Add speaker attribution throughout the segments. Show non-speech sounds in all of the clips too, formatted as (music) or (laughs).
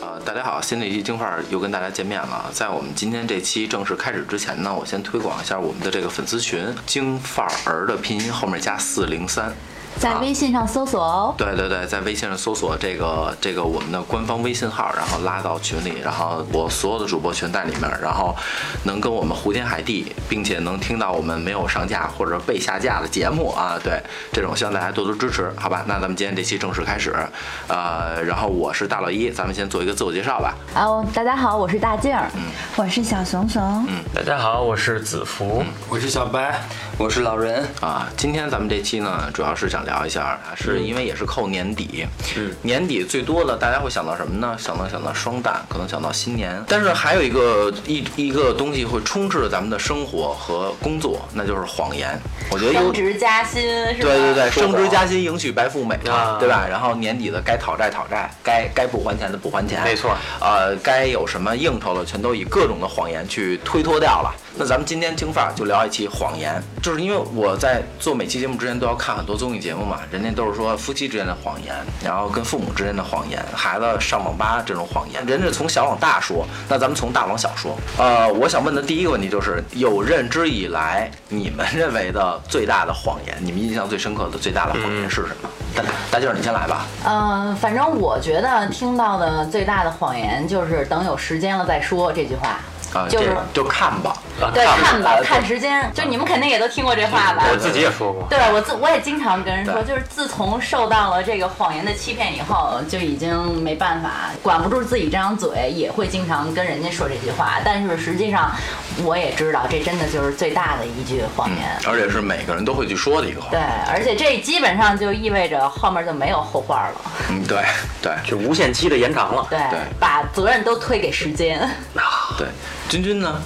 Speaker 1: 呃，大家好，新的一期京范儿又跟大家见面了。在我们今天这期正式开始之前呢，我先推广一下我们的这个粉丝群，京范儿的拼音后面加四零三。
Speaker 2: 在微信上搜索哦。
Speaker 1: 对对对，在微信上搜索这个这个我们的官方微信号，然后拉到群里，然后我所有的主播全在里面，然后能跟我们胡天海地，并且能听到我们没有上架或者被下架的节目啊，对，这种希望大家多多支持，好吧？那咱们今天这期正式开始，呃，然后我是大老一，咱们先做一个自我介绍吧。
Speaker 2: 啊，我大家好，我是大静儿。
Speaker 3: 我是小熊熊，
Speaker 4: 大家好，我是子福。
Speaker 5: 我是小白，我是老人。
Speaker 1: 啊，今天咱们这期呢，主要是想聊一下，是因为也是扣年底，
Speaker 5: 嗯
Speaker 1: 年底最多的大家会想到什么呢？想到想到双旦，可能想到新年，但是还有一个一一个东西会充斥着咱们的生活和工作，那就是谎言。我觉得有
Speaker 2: 升。职加薪是吧？
Speaker 1: 对对对，升职加薪，迎娶白富美嘛
Speaker 4: 啊，
Speaker 1: 对吧？然后年底的该讨债讨债，该该不还钱的不还钱，
Speaker 4: 没错。
Speaker 1: 呃，该有什么应酬了，全都以各种的谎言去推脱掉了。那咱们今天京范儿就聊一期谎言，就是因为我在做每期节目之前都要看很多综艺节目嘛，人家都是说夫妻之间的谎言，然后跟父母之间的谎言，孩子上网吧这种谎言，人家从小往大说，那咱们从大往小说。呃，我想问的第一个问题就是，有认知以来，你们认为的最大的谎言，你们印象最深刻的最大的谎言是什么？大大静儿，你先来吧。
Speaker 2: 嗯、反正我觉得听到的最大的谎言就是等有时间了再说这句话，
Speaker 1: 啊、
Speaker 2: 就是
Speaker 1: 这就看吧。啊
Speaker 2: 对
Speaker 4: 看
Speaker 2: 看吧，
Speaker 1: 对
Speaker 2: 看时间，就你们肯定也都听过这话吧？
Speaker 4: 我自己也说过，
Speaker 2: 对我自我也经常跟人说，
Speaker 1: 对
Speaker 2: 就是自从受到了这个谎言的欺骗以后，就已经没办法管不住自己这张嘴，也会经常跟人家说这句话。但是实际上，我也知道这真的就是最大的一句谎言。
Speaker 1: 而且是每个人都会去说的一个话。
Speaker 2: 对，而且这基本上就意味着后面就没有后话了。
Speaker 1: 嗯，对对
Speaker 4: 就无限期的延长了。
Speaker 2: 对，
Speaker 1: 对哎
Speaker 2: 把责任都推给时间。
Speaker 1: 对，君君呢？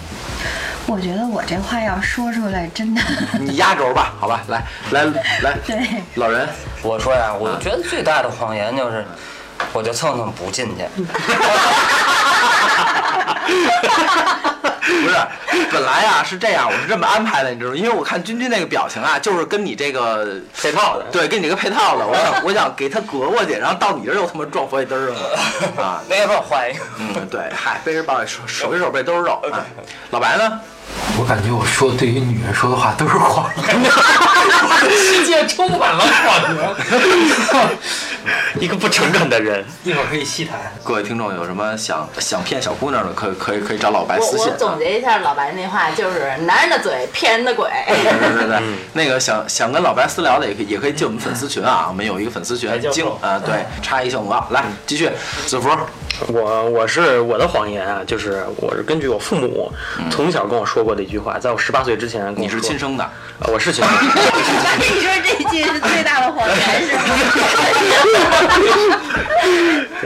Speaker 3: 我觉得我这话要说出来，真
Speaker 1: (laughs)
Speaker 3: 的，
Speaker 1: 你压轴吧，好吧，来来来，
Speaker 3: 对，
Speaker 1: 老人，
Speaker 5: 我说呀，我觉得最大的谎言就是，我就蹭蹭不进去。
Speaker 1: 不是，本来啊是这样，我是这么安排的，你知道吗？因为我看君君那个表情啊，就是跟你这 (laughs) 个
Speaker 4: 配套的，
Speaker 1: 对，跟你这个配套的，我想我想给他讹过去，然后到你这儿又他妈撞佛一嘚儿 (laughs) 了啊！
Speaker 5: 那要不要换一个？
Speaker 1: 嗯，对，嗨，背着包里手手背手背都是肉啊。老白呢？
Speaker 6: 我感觉我说对于女人说的话都是谎言，
Speaker 4: 世界充满了谎言。一个不诚恳的人，
Speaker 6: 一会儿可以细谈。
Speaker 1: 各位听众有什么想想骗小姑娘的，可以可以可以找老白
Speaker 2: 我
Speaker 1: 私
Speaker 2: 我
Speaker 1: 信啊。
Speaker 2: 总结一下老白那话，就是男人的嘴骗人的鬼。
Speaker 3: 哎
Speaker 1: 对对对，
Speaker 4: 嗯
Speaker 1: 那个想想跟老白私聊的也可以，也可以进我们粉丝群啊，我们有一个粉丝群
Speaker 4: 白，教授
Speaker 1: 经啊，对，
Speaker 4: 嗯
Speaker 1: 插一小广告，来继续，子福，
Speaker 4: 我我是我的谎言啊，就是我是根据我父母从小跟我说过的一句话，在我十八岁之前跟我
Speaker 1: 你是
Speaker 4: 说
Speaker 1: 亲，生的，
Speaker 4: 呃我是亲生。 (laughs)
Speaker 3: 你说这句是最大的谎言是
Speaker 2: (laughs)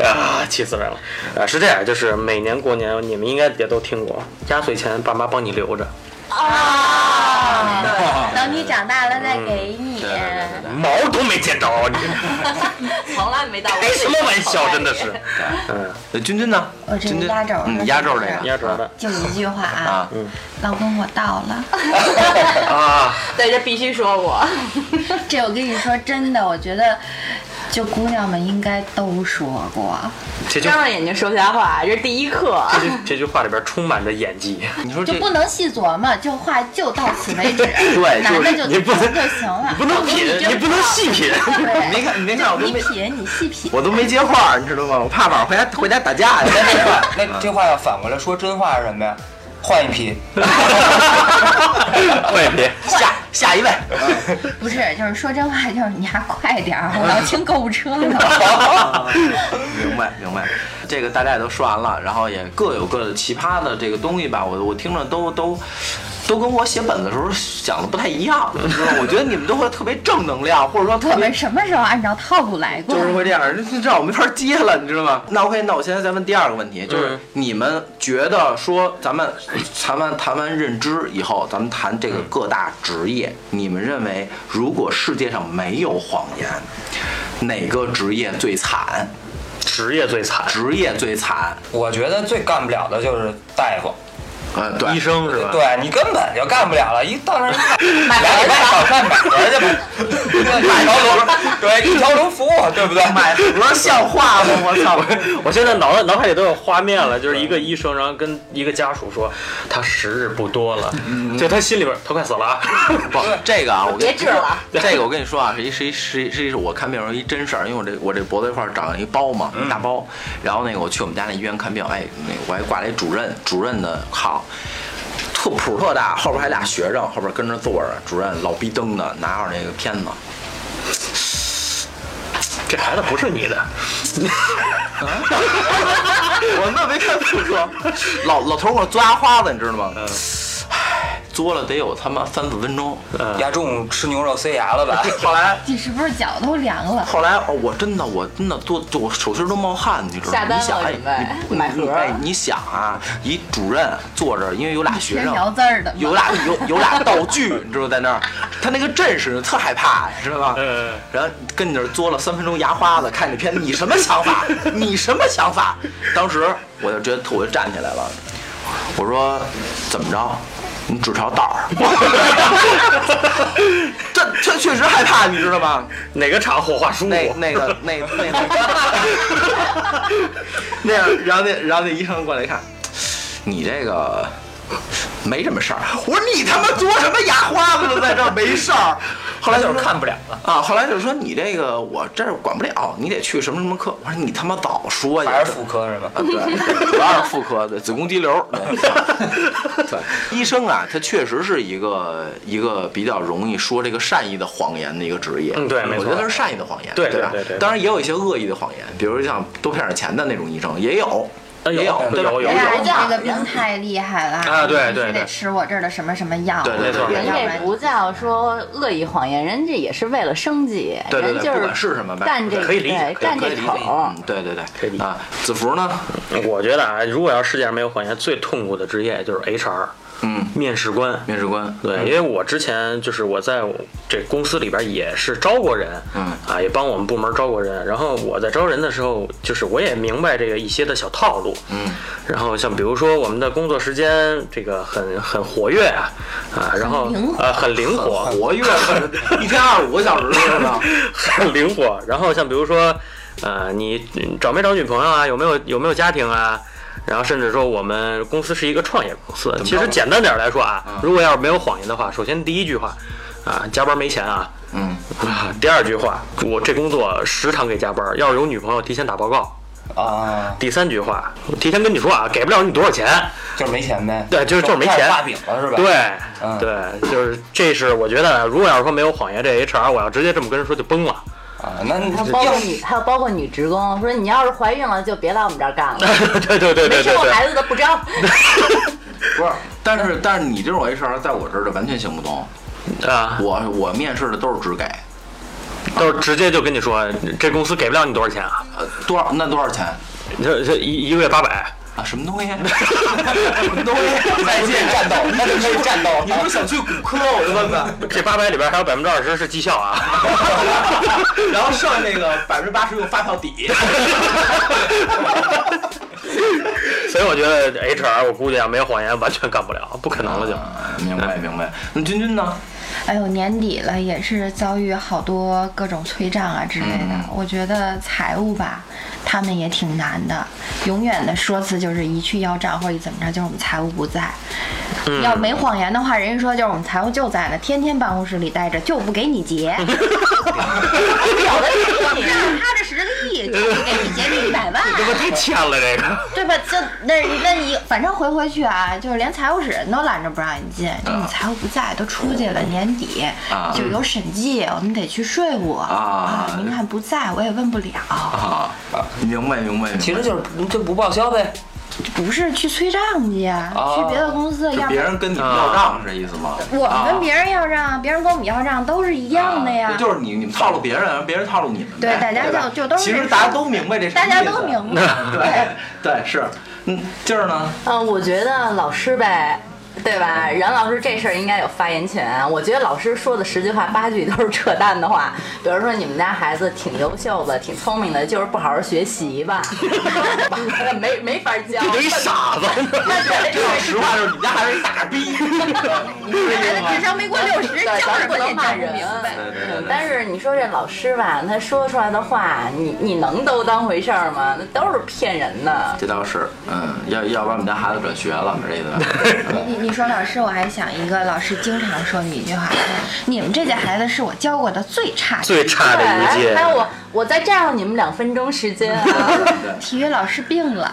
Speaker 4: 啊，气死人了！啊，是这样，就是每年过年，你们应该也都听过，压岁钱爸妈帮你留着，
Speaker 2: 啊
Speaker 3: 吧？
Speaker 1: (laughs) 对
Speaker 3: 哦等你长大了再给你。
Speaker 1: 嗯对对对，
Speaker 4: 毛都没见着啊！你
Speaker 2: (laughs) 从来没到过。
Speaker 4: 开哎什么玩笑？真的是，嗯，
Speaker 1: 对呃君君呢？
Speaker 3: 我这是
Speaker 1: 君君
Speaker 3: 压轴儿
Speaker 1: 嗯，压轴儿这个
Speaker 4: 压轴的
Speaker 3: 就一句话啊
Speaker 1: 啊，，
Speaker 3: 老公我到了。
Speaker 4: 啊，
Speaker 2: 对，这必须说我。
Speaker 3: 这我跟你说真的，我觉得就姑娘们应该都说过。
Speaker 4: 这句
Speaker 2: 张着眼睛说瞎话，这是第一课。
Speaker 4: 这句这句话里边充满着演技，
Speaker 1: 啊你说
Speaker 3: 就
Speaker 1: 这
Speaker 3: 不能细琢磨，就话就到此为止，
Speaker 1: (laughs) 对
Speaker 3: 男的就
Speaker 4: 你不能
Speaker 3: 就行了，
Speaker 4: 你不能品，你不能细品。
Speaker 3: 对，
Speaker 1: (laughs) 你没看你没看我都
Speaker 3: 你
Speaker 1: 没
Speaker 3: 品你细品，
Speaker 1: 我都没接话，你知道吗？我怕晚上回家回家打架 (laughs) 去。
Speaker 5: 那这话要反过来说真话是什么呀？换一批。
Speaker 4: 我也嗯别
Speaker 1: 下下一位，
Speaker 3: 不是，就是说真话，就是你还快点儿，我要清购物车呢。
Speaker 1: (laughs) 明白明白，这个大家也都说完了，然后也各有各的奇葩的这个东西吧，我我听着都都。都跟我写本子的时候想的不太一样，你知道吗？我觉得你们都会特别正能量，或者说特
Speaker 3: (laughs) 我
Speaker 1: 别
Speaker 3: 们什么时候按照套路来过
Speaker 1: 就？是会这样，这这让我没法接了，你知道吗？那 OK，那我现在再问第二个问题，就是
Speaker 4: 嗯
Speaker 1: 你们觉得说咱们谈完谈完认知以后，咱们谈这个各大职业，你们认为如果世界上没有谎言，哪个职业最惨？
Speaker 4: 职业最惨，
Speaker 1: 职业最惨？
Speaker 5: 我觉得最干不了的就是大夫，
Speaker 1: (laughs) 呃，对，
Speaker 4: 医生是吧？
Speaker 5: 对你根本就干不了了，一
Speaker 4: (laughs)
Speaker 5: 到那儿一看，俩礼拜早上买盒去吧，对一条龙，对一条龙服务货，对不对？
Speaker 1: 买盒像话吗？我操！
Speaker 4: 我现在脑子脑海里都有画面了，就是一个医生，然后跟一个家属说，他时日不多了，就他心里边儿他快死了啊，
Speaker 1: (laughs) 不，这个啊，我跟
Speaker 2: 别治了。
Speaker 1: (laughs) 这个我跟你说啊，是一是一是一是一是我看病时候一真事儿，因为我这我这脖子这块儿长了一包嘛，一大包。然后那个我去我们家那医院看病，哎，那个我还挂了一主任，主任的好，特谱特大，后边还俩学生，后边跟着坐着，主任老逼登的，拿着那个片子，
Speaker 4: 这孩子不是你的，
Speaker 1: (laughs) 我那没看嗯清楚， (laughs) 老老头儿给我抓花子，你知道吗？唉，作了得有他妈三四分 (laughs) 钟。
Speaker 4: 嗯，
Speaker 5: 呀，中午吃牛肉塞牙了吧？
Speaker 1: 后来
Speaker 7: 你是不是脚都凉了？
Speaker 1: 后来哦，我真的我真的多，就我手心都冒汗，你知道吗？
Speaker 2: 下单了
Speaker 1: 你想，哎
Speaker 2: 准备，
Speaker 1: 你
Speaker 2: 买盒
Speaker 1: 你哎，你想啊，一主任坐着，因为有俩学
Speaker 7: 是
Speaker 1: 生，
Speaker 7: 描字儿的吗，
Speaker 1: 有俩有有俩道具，你知道在那儿，他那个阵势特害怕，你知道吗？
Speaker 4: 嗯
Speaker 1: 然后跟你那儿作了三分钟牙花子，看这片，你什么想法？你什么想法？当时我就觉得我就站起来了，我说怎么着？你只朝道儿， (laughs) 这这确实害怕，你知道吗？
Speaker 4: 哪个厂火化叔？
Speaker 1: 那那个 (laughs) 那那
Speaker 4: (laughs)
Speaker 1: 个，那样，然后那然后那医生过来一看，你这个没什么事儿。 (laughs) 我说你他妈做什么牙花子了，在这儿没事儿。 (laughs) 后来就是看不了了啊，后来就是说你这个我这儿管不了，你得去什么什么科。我说你他妈早说呀，
Speaker 5: 还是妇科是吧？
Speaker 1: 啊，对，主要是妇科，对，子宫肌 (laughs) 瘤。对，对医生啊，他确实是一个一个比较容易说这个善意的谎言的一个职业。
Speaker 4: 嗯对没
Speaker 1: 我
Speaker 4: 错
Speaker 1: 觉得他是善意的谎言，
Speaker 4: 对
Speaker 1: 对
Speaker 4: 对
Speaker 1: 吧
Speaker 4: 对对对
Speaker 1: 当然也有一些恶意的谎言，比如像多骗点钱的那种医生也呃有，
Speaker 4: 啊
Speaker 1: 也
Speaker 4: 有
Speaker 1: 对吧
Speaker 4: 有有
Speaker 7: 哎
Speaker 1: 也
Speaker 7: 呀，
Speaker 1: 有
Speaker 7: 你这个病太厉害了
Speaker 4: 啊对对
Speaker 7: 你必须得
Speaker 4: 对
Speaker 7: 吃我这儿的什么什么药，
Speaker 1: 对对
Speaker 4: 没错
Speaker 1: 对，
Speaker 2: 人
Speaker 1: 也有
Speaker 2: 家也不叫说恶意谎言，人家也是为了生计，
Speaker 1: 对对
Speaker 2: 人
Speaker 1: 对
Speaker 2: 就
Speaker 1: 不管哎是什么呗
Speaker 2: 干这
Speaker 4: 可以理解
Speaker 2: 对
Speaker 4: 可以
Speaker 2: 干
Speaker 1: 可以
Speaker 2: 这
Speaker 1: 理解，
Speaker 2: 口
Speaker 1: 嗯，，对对对，
Speaker 4: 可以理解
Speaker 1: 啊。子服呢？
Speaker 4: 我觉得啊，如果要世界上没有谎言，最痛苦的职业就是 HR，
Speaker 1: 嗯，
Speaker 4: 面试官。
Speaker 1: 面试官，
Speaker 4: 对，因为我之前就是我在我这公司里边也是招过人，
Speaker 1: 嗯
Speaker 4: 啊，也帮我们部门招过人。然后我在招人的时候，就是我也明白这个一些的小套路，
Speaker 1: 嗯，
Speaker 4: 然后像比如说我们的工作时间这个很很活跃啊，啊，然后
Speaker 7: 灵
Speaker 4: 呃很灵活，
Speaker 1: 活跃，一天二十五个小时是吧？
Speaker 4: 很 (laughs) 灵活。然后像比如说，呃，你你找没找女朋友啊？有没有有没有家庭啊？然后甚至说我们公司是一个创业公司。其实简单点儿来说啊，如果要是没有谎言的话，首先第一句话啊，加班没钱啊。
Speaker 1: 嗯，
Speaker 4: 啊，第二句话，我这工作时常给加班，要是有女朋友提前打报告。
Speaker 5: 啊，
Speaker 4: 第三句话，我提前跟你说啊，给不了你多少钱，
Speaker 5: 就是没钱呗。
Speaker 4: 对，就是就是没
Speaker 5: 开
Speaker 4: 钱
Speaker 5: 始，画饼了是吧？
Speaker 4: 对、
Speaker 5: 嗯
Speaker 4: 对，就是这是我觉得，如果要是说没有谎言，这 HR 我要直接这么跟人说就崩了。 (laughs)
Speaker 5: 啊，那你
Speaker 2: 还有包括
Speaker 5: 要
Speaker 2: 女，还有包括女职工，说你要是怀孕了就别来我们这儿干了，
Speaker 4: 对对对
Speaker 2: 没
Speaker 4: 对对
Speaker 2: 生过
Speaker 4: 对。
Speaker 2: 孩子的不
Speaker 4: (laughs)
Speaker 2: 招。
Speaker 1: 不是，但是但是你这种 HR 在我这儿就完全行不通。
Speaker 4: 啊，
Speaker 1: 我我面试的都是只给，
Speaker 4: 都是直接就跟你说，这公司给不了你多少钱啊？
Speaker 1: 呃，多少那多少钱
Speaker 4: 你这这一一个月八百，
Speaker 1: 啊？什么东西？ (laughs) 什么东 (laughs) 西？
Speaker 5: 再见战斗，那就可以战斗。
Speaker 1: 你不是想去骨科？我就问问。
Speaker 4: 这八百里边还有百分之二十是绩效啊。
Speaker 1: (laughs)
Speaker 4: (laughs)
Speaker 1: 然后剩下那个百分之八十用发票抵。
Speaker 4: 所以我觉得 HR 我估计啊，没有谎言完全干不了，不可能了就。
Speaker 1: 啊明白明白。那君君呢？
Speaker 7: 哎呦，年底了，也是遭遇好多各种催账啊之类的。
Speaker 4: 嗯
Speaker 7: 我觉得财务吧，他们也挺难的。永远的说辞就是一去要账或者一怎么着，就是我们财务不在。
Speaker 4: 嗯
Speaker 7: 要没谎言的话，人家说就是我们财务就在呢，天天办公室里待着，就不给
Speaker 4: (laughs)
Speaker 7: 你结。有的是你让他的实力，就不给你结这一百万。
Speaker 4: 这不太欠了这个，
Speaker 7: 对吧？就那那你反正回回去啊，就是连财务室人都拦着不让你进，就你财务不在，都出去了，年底
Speaker 1: 啊
Speaker 7: 就有审计，我们得去税务
Speaker 1: 啊
Speaker 7: 您看不在，我也问不了，
Speaker 1: 啊，明白明白。
Speaker 5: 其实就是就不报销呗。
Speaker 7: 不是去催账去呀，
Speaker 5: 啊
Speaker 7: 去别的公司，
Speaker 1: 就
Speaker 7: 要不
Speaker 1: 别
Speaker 7: 然
Speaker 1: 人跟你们要账是这意思吗？啊
Speaker 7: 我们跟别人要账，别人跟我们要账都是一样的呀。
Speaker 1: 就是你你们套路别人，别人套路你们呗。
Speaker 7: 对大家就
Speaker 1: 吧
Speaker 7: 就都是
Speaker 1: 其
Speaker 7: 这
Speaker 1: 实
Speaker 7: 个
Speaker 1: 大家都明白这是什么
Speaker 7: 大
Speaker 1: 意思。
Speaker 7: 家都
Speaker 1: (laughs)
Speaker 7: 明白，
Speaker 1: 对对是，嗯，就是呢，
Speaker 2: 呃嗯，我觉得老师呗，对吧？冉老师这事儿应该有发言权。啊我觉得老师说的十句话八句都是扯淡的话，比如说你们家孩子挺优秀的，挺聪明的，就是不好好学习 (laughs) 吧，没没法教。
Speaker 4: 你就一傻子。
Speaker 1: (laughs) 这要实话就是你家还是傻
Speaker 7: (laughs)
Speaker 1: 逼。
Speaker 3: 孩哎子智商没过六十，
Speaker 2: 对，
Speaker 3: 教
Speaker 2: 咱
Speaker 3: 什
Speaker 2: 们
Speaker 3: 么也
Speaker 2: 不能
Speaker 3: 教
Speaker 2: 骂
Speaker 3: 不
Speaker 2: 人
Speaker 3: 明白。。
Speaker 2: 嗯但是你说这老师吧，他说出来的话，你你能都当回事儿吗？那都是骗人的。
Speaker 1: 这倒是，嗯，要要把我们家孩子转学了，这个。
Speaker 7: (laughs)
Speaker 3: 你你说老师，我还想一个老师经常说的一句话：你们这届孩子是我教过的最差的。
Speaker 4: 最差的一届
Speaker 2: 对，哎还有我，我再占用你们两分钟时 (laughs) 间啊，
Speaker 3: 体育老师病了，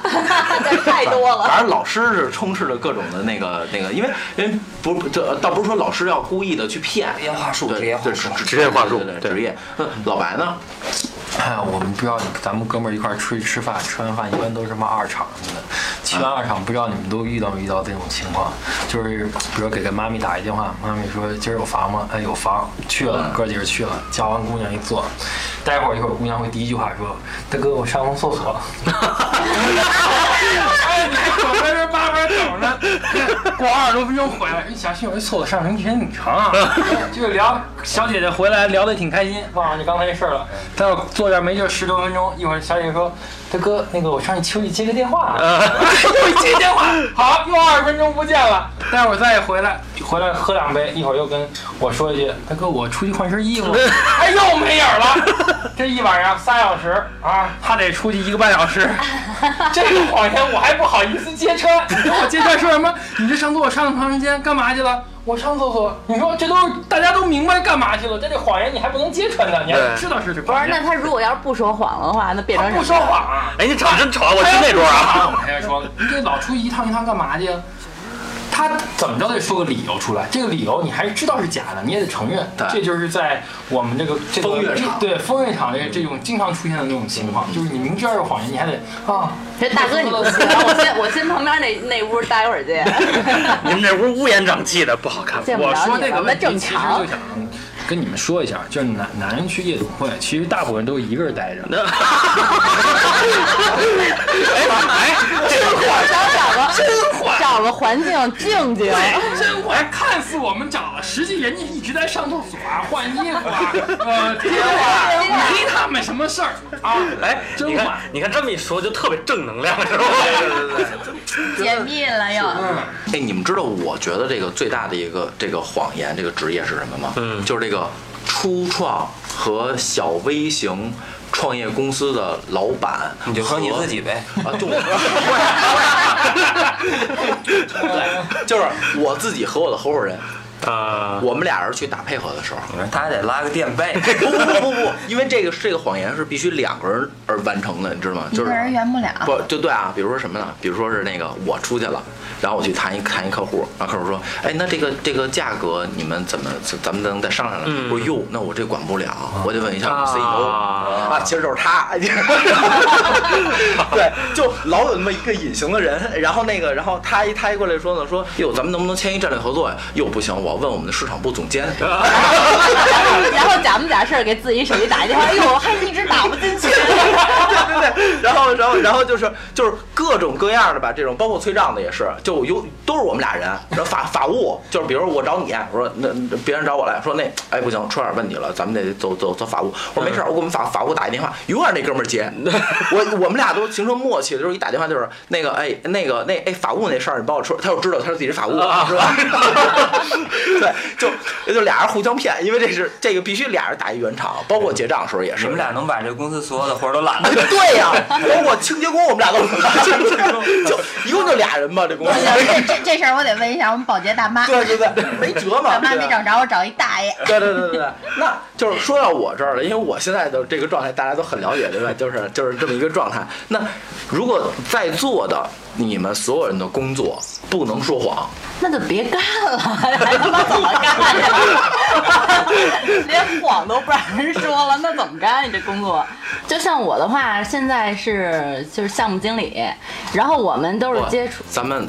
Speaker 2: 这太多了。
Speaker 1: 反正老师是充斥着各种的那个那个，因为因为不不这呃倒不是说老师要故意的去骗，
Speaker 5: 职业话术
Speaker 1: 对
Speaker 5: 职业话
Speaker 1: 对
Speaker 5: 术
Speaker 1: 职
Speaker 4: 职业话术
Speaker 1: 对对
Speaker 4: 对
Speaker 1: 对职业。那老白呢？
Speaker 6: 哎，我们不知道你咱们哥们儿一块儿出去吃饭，吃完饭一般都是骂二场去的。去完二场，不知道你们都遇到没遇到这种情况？就是比如给个妈咪打一电话，妈咪说今儿有房吗？哎，有房，去了，哥几个去了，叫完姑娘一坐，待会儿一会儿姑娘会第一句话说：“大哥，我上趟厕所。” (laughs) 哎，你我在这慢慢等着，过二十多分钟回来，一想去我这厕所上人挺长啊，就聊小姐姐回来聊得挺开心，忘了你刚才这事儿了。但我坐这儿没就十多分钟，一会儿小姐姐说：“大哥，那个我上去秋里接个电话。”啊 (laughs) 又接电话，好，又二十分钟不见了。待会儿再回来，回来喝两杯，一会儿又跟我说一句：“大哥，我出去换身 (laughs) 衣服。”哎，又没影儿 (laughs) 了。这一晚上仨小时啊，他得出去一个半小
Speaker 2: (laughs)
Speaker 6: 时。这个谎言我还不好意思揭穿。你说我揭穿说什么？你这上厕所上那么长时间干嘛去了？我上厕所。你说这都是大家都明白干嘛去了，这这谎言你还不能揭穿呢，你还
Speaker 4: 对
Speaker 6: 知道是这
Speaker 2: 不
Speaker 6: 谎
Speaker 2: 是，
Speaker 6: 言。
Speaker 2: 那他如果要是不说谎的话，那变成
Speaker 6: 他
Speaker 2: 什么
Speaker 6: 不说谎啊。
Speaker 4: 哎，你吵真吵，我去那桌啊。
Speaker 6: 我还说，你这老出去一趟一趟干嘛去呀？他怎么着得说个理由出来，这个理由你还知道是假的，你也得承认。
Speaker 1: 对
Speaker 6: 这就是在我们这个这个
Speaker 1: 风月场
Speaker 6: 对风月场这这种经常出现的那种情况，就是你明知道是谎言，你还得啊，
Speaker 2: 这大哥你不行，我先我先旁边那那屋待会儿去。 (laughs)
Speaker 4: 你们这屋乌烟瘴气的，不好看。
Speaker 2: 见不
Speaker 6: 我
Speaker 2: 着
Speaker 6: 说
Speaker 2: 你
Speaker 6: 这个
Speaker 2: 了，那
Speaker 6: 问题
Speaker 2: 正
Speaker 6: 其实
Speaker 2: 常
Speaker 6: 就。想跟你们说一下，就是男男人去夜总会，其实大部分都是一个人待着。
Speaker 4: 那哎哎，这
Speaker 2: 我想找个找个环境静静。
Speaker 6: (laughs) 哎真我看似我们找了，实际人家一直在上厕所啊、换衣服啊、呃、贴啊，没他们什么事儿啊。
Speaker 4: 哎，
Speaker 6: 真
Speaker 4: 你
Speaker 6: 晚
Speaker 4: 看你看这么一说就特别正能量，是吧？
Speaker 3: 解密了又。
Speaker 1: 哎，你们知道我觉得这个最大的一个这个谎言这个职业是什么吗？
Speaker 4: 嗯
Speaker 1: 就是这个初创和小微型创业公司的老板，
Speaker 5: 你就说你自
Speaker 1: (laughs)
Speaker 5: 己呗。
Speaker 1: 啊，就我，对， (laughs) 就是我自己和我的合伙人，
Speaker 4: 啊，
Speaker 1: 我们俩人去打配合的
Speaker 5: (laughs)
Speaker 1: 时候，
Speaker 5: 你说他得拉个垫背，
Speaker 1: (laughs) 不不不不不，因为这个这个谎言是必须两个人而完成的，你知道吗？
Speaker 3: 一
Speaker 1: 就
Speaker 3: 个
Speaker 1: 是
Speaker 3: 人圆不了。
Speaker 1: 不就对啊？比如说什么呢？比如说是那个我出去了，然后我去谈一谈一客户，然后客户说，哎，那这个这个价格你们怎么咱们能再商量量？
Speaker 4: 嗯
Speaker 1: 我说哟，那我这管不了，我得问一下我们 E CEO
Speaker 4: 啊
Speaker 1: 啊，其实就是他， (laughs) 对，就老有那么一个隐形的人，然后那个，然后他一他一过来说呢，说哟，咱们能不能签一战略合作呀？哟，不行，我要问我们的市场部总监。 (laughs)
Speaker 2: 然后假模假式给自己手机打一电话，哎呦，我还一直打不进去。
Speaker 1: 对对对，然后然后然后就是就是各种各样的吧，这种包括催账的也是，就有都是我们俩人，然后法法务就是比如我找你，我说那那别人找我来说那哎不行，出点问题了，咱们得走走走法务，我说没事儿，我给我们法法务打一电话，永远那哥们儿接，我我们俩都形成默契，就是一打电话就是那个哎那个那哎法务那事儿你帮我说，他就知道他是自己是法务是吧？对，就也就俩人互相骗，因为这是这个必须俩人打一圆场，包括结账的时候也是，
Speaker 5: 你们俩能把这公司所有的活儿都
Speaker 1: (laughs)
Speaker 5: 揽了。
Speaker 1: 对呀、哎我我清洁工我们俩都 (laughs) 就一共就俩人吧，这公司。
Speaker 3: (laughs) 这这这事儿我得问一下我们保洁大妈，
Speaker 1: (laughs) 对对对，没辙嘛。
Speaker 3: 大妈
Speaker 1: 对啊
Speaker 3: 没找
Speaker 1: 吧
Speaker 3: 着，我找一大爷。
Speaker 1: (laughs) 对对对对，对，那就是说到我这儿了，因为我现在的这个状态大家都很了解，对吧？就是就是这么一个状态。那如果在座的你们所有人的工作不能说谎，
Speaker 2: 那就别干了，还他妈怎么干呀？连谎都不让人说了，那怎么干呀？这工作，就像我的话，现在是就是项目经理，然后我们都是
Speaker 1: 我
Speaker 2: 接触
Speaker 1: 咱们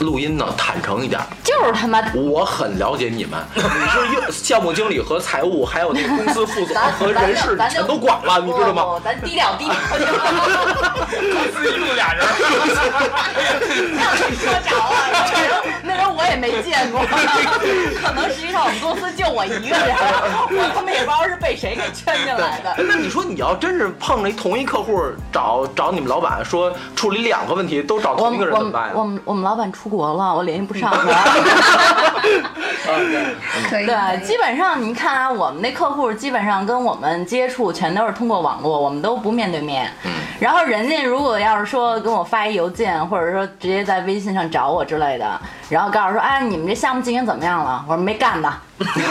Speaker 1: 录音呢坦诚一点，
Speaker 2: 就是他妈
Speaker 1: 我很了解你们，你是又项目经理和财务，还有那公司副总
Speaker 2: 咱
Speaker 1: 和人事
Speaker 2: 咱就
Speaker 1: 全都管了，你知道吗？？
Speaker 2: 不不咱低调
Speaker 1: (laughs)
Speaker 2: 低调，公司一路俩人，说着了， (laughs) 那时候我也没见过， (laughs) 可能实际上我们公司就我一个人，我他妈也不知道是被谁给圈进
Speaker 1: (laughs)
Speaker 2: 来的。
Speaker 1: 哎那你说你要真是碰着一同一客户找找你们老板说处理两个问题都找
Speaker 2: 我
Speaker 1: 同一个
Speaker 2: 们
Speaker 1: 人
Speaker 2: 我
Speaker 1: 怎么办
Speaker 2: 们我
Speaker 1: 呀？
Speaker 2: 们我们老板出国了，我联系不上他。 (laughs)
Speaker 1: 嗯
Speaker 3: 可以。
Speaker 2: 对，啊基本上你看啊，我们那客户基本上跟我们接触全都是通过网络，我们都不面对面。嗯。然后人家如果要是说跟我发一邮件，或者说直接在微信上找我之类的，然后告诉说，哎，你们这项目进行怎么样了？我说没干呢，
Speaker 4: 这么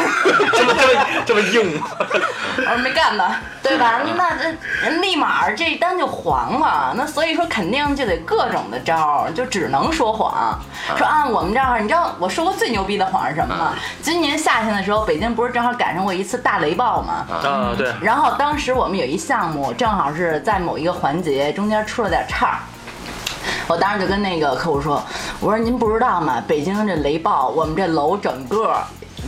Speaker 4: 这么这么硬吗？
Speaker 2: 我说没干呢，对吧？那这人立马这单就黄了，那所以说肯定就得各种的招儿，就只能说谎，说啊我们这儿，你知道我说过最牛逼的谎是什么吗？今年夏天的时候，北京不是正好赶上过一次大雷暴吗？
Speaker 4: 啊，对，
Speaker 2: 然后当时我们有一项目，正好是在某一个环节中间出了点岔儿。我当时就跟那个客户说：“我说您不知道吗？北京这雷暴，我们这楼整个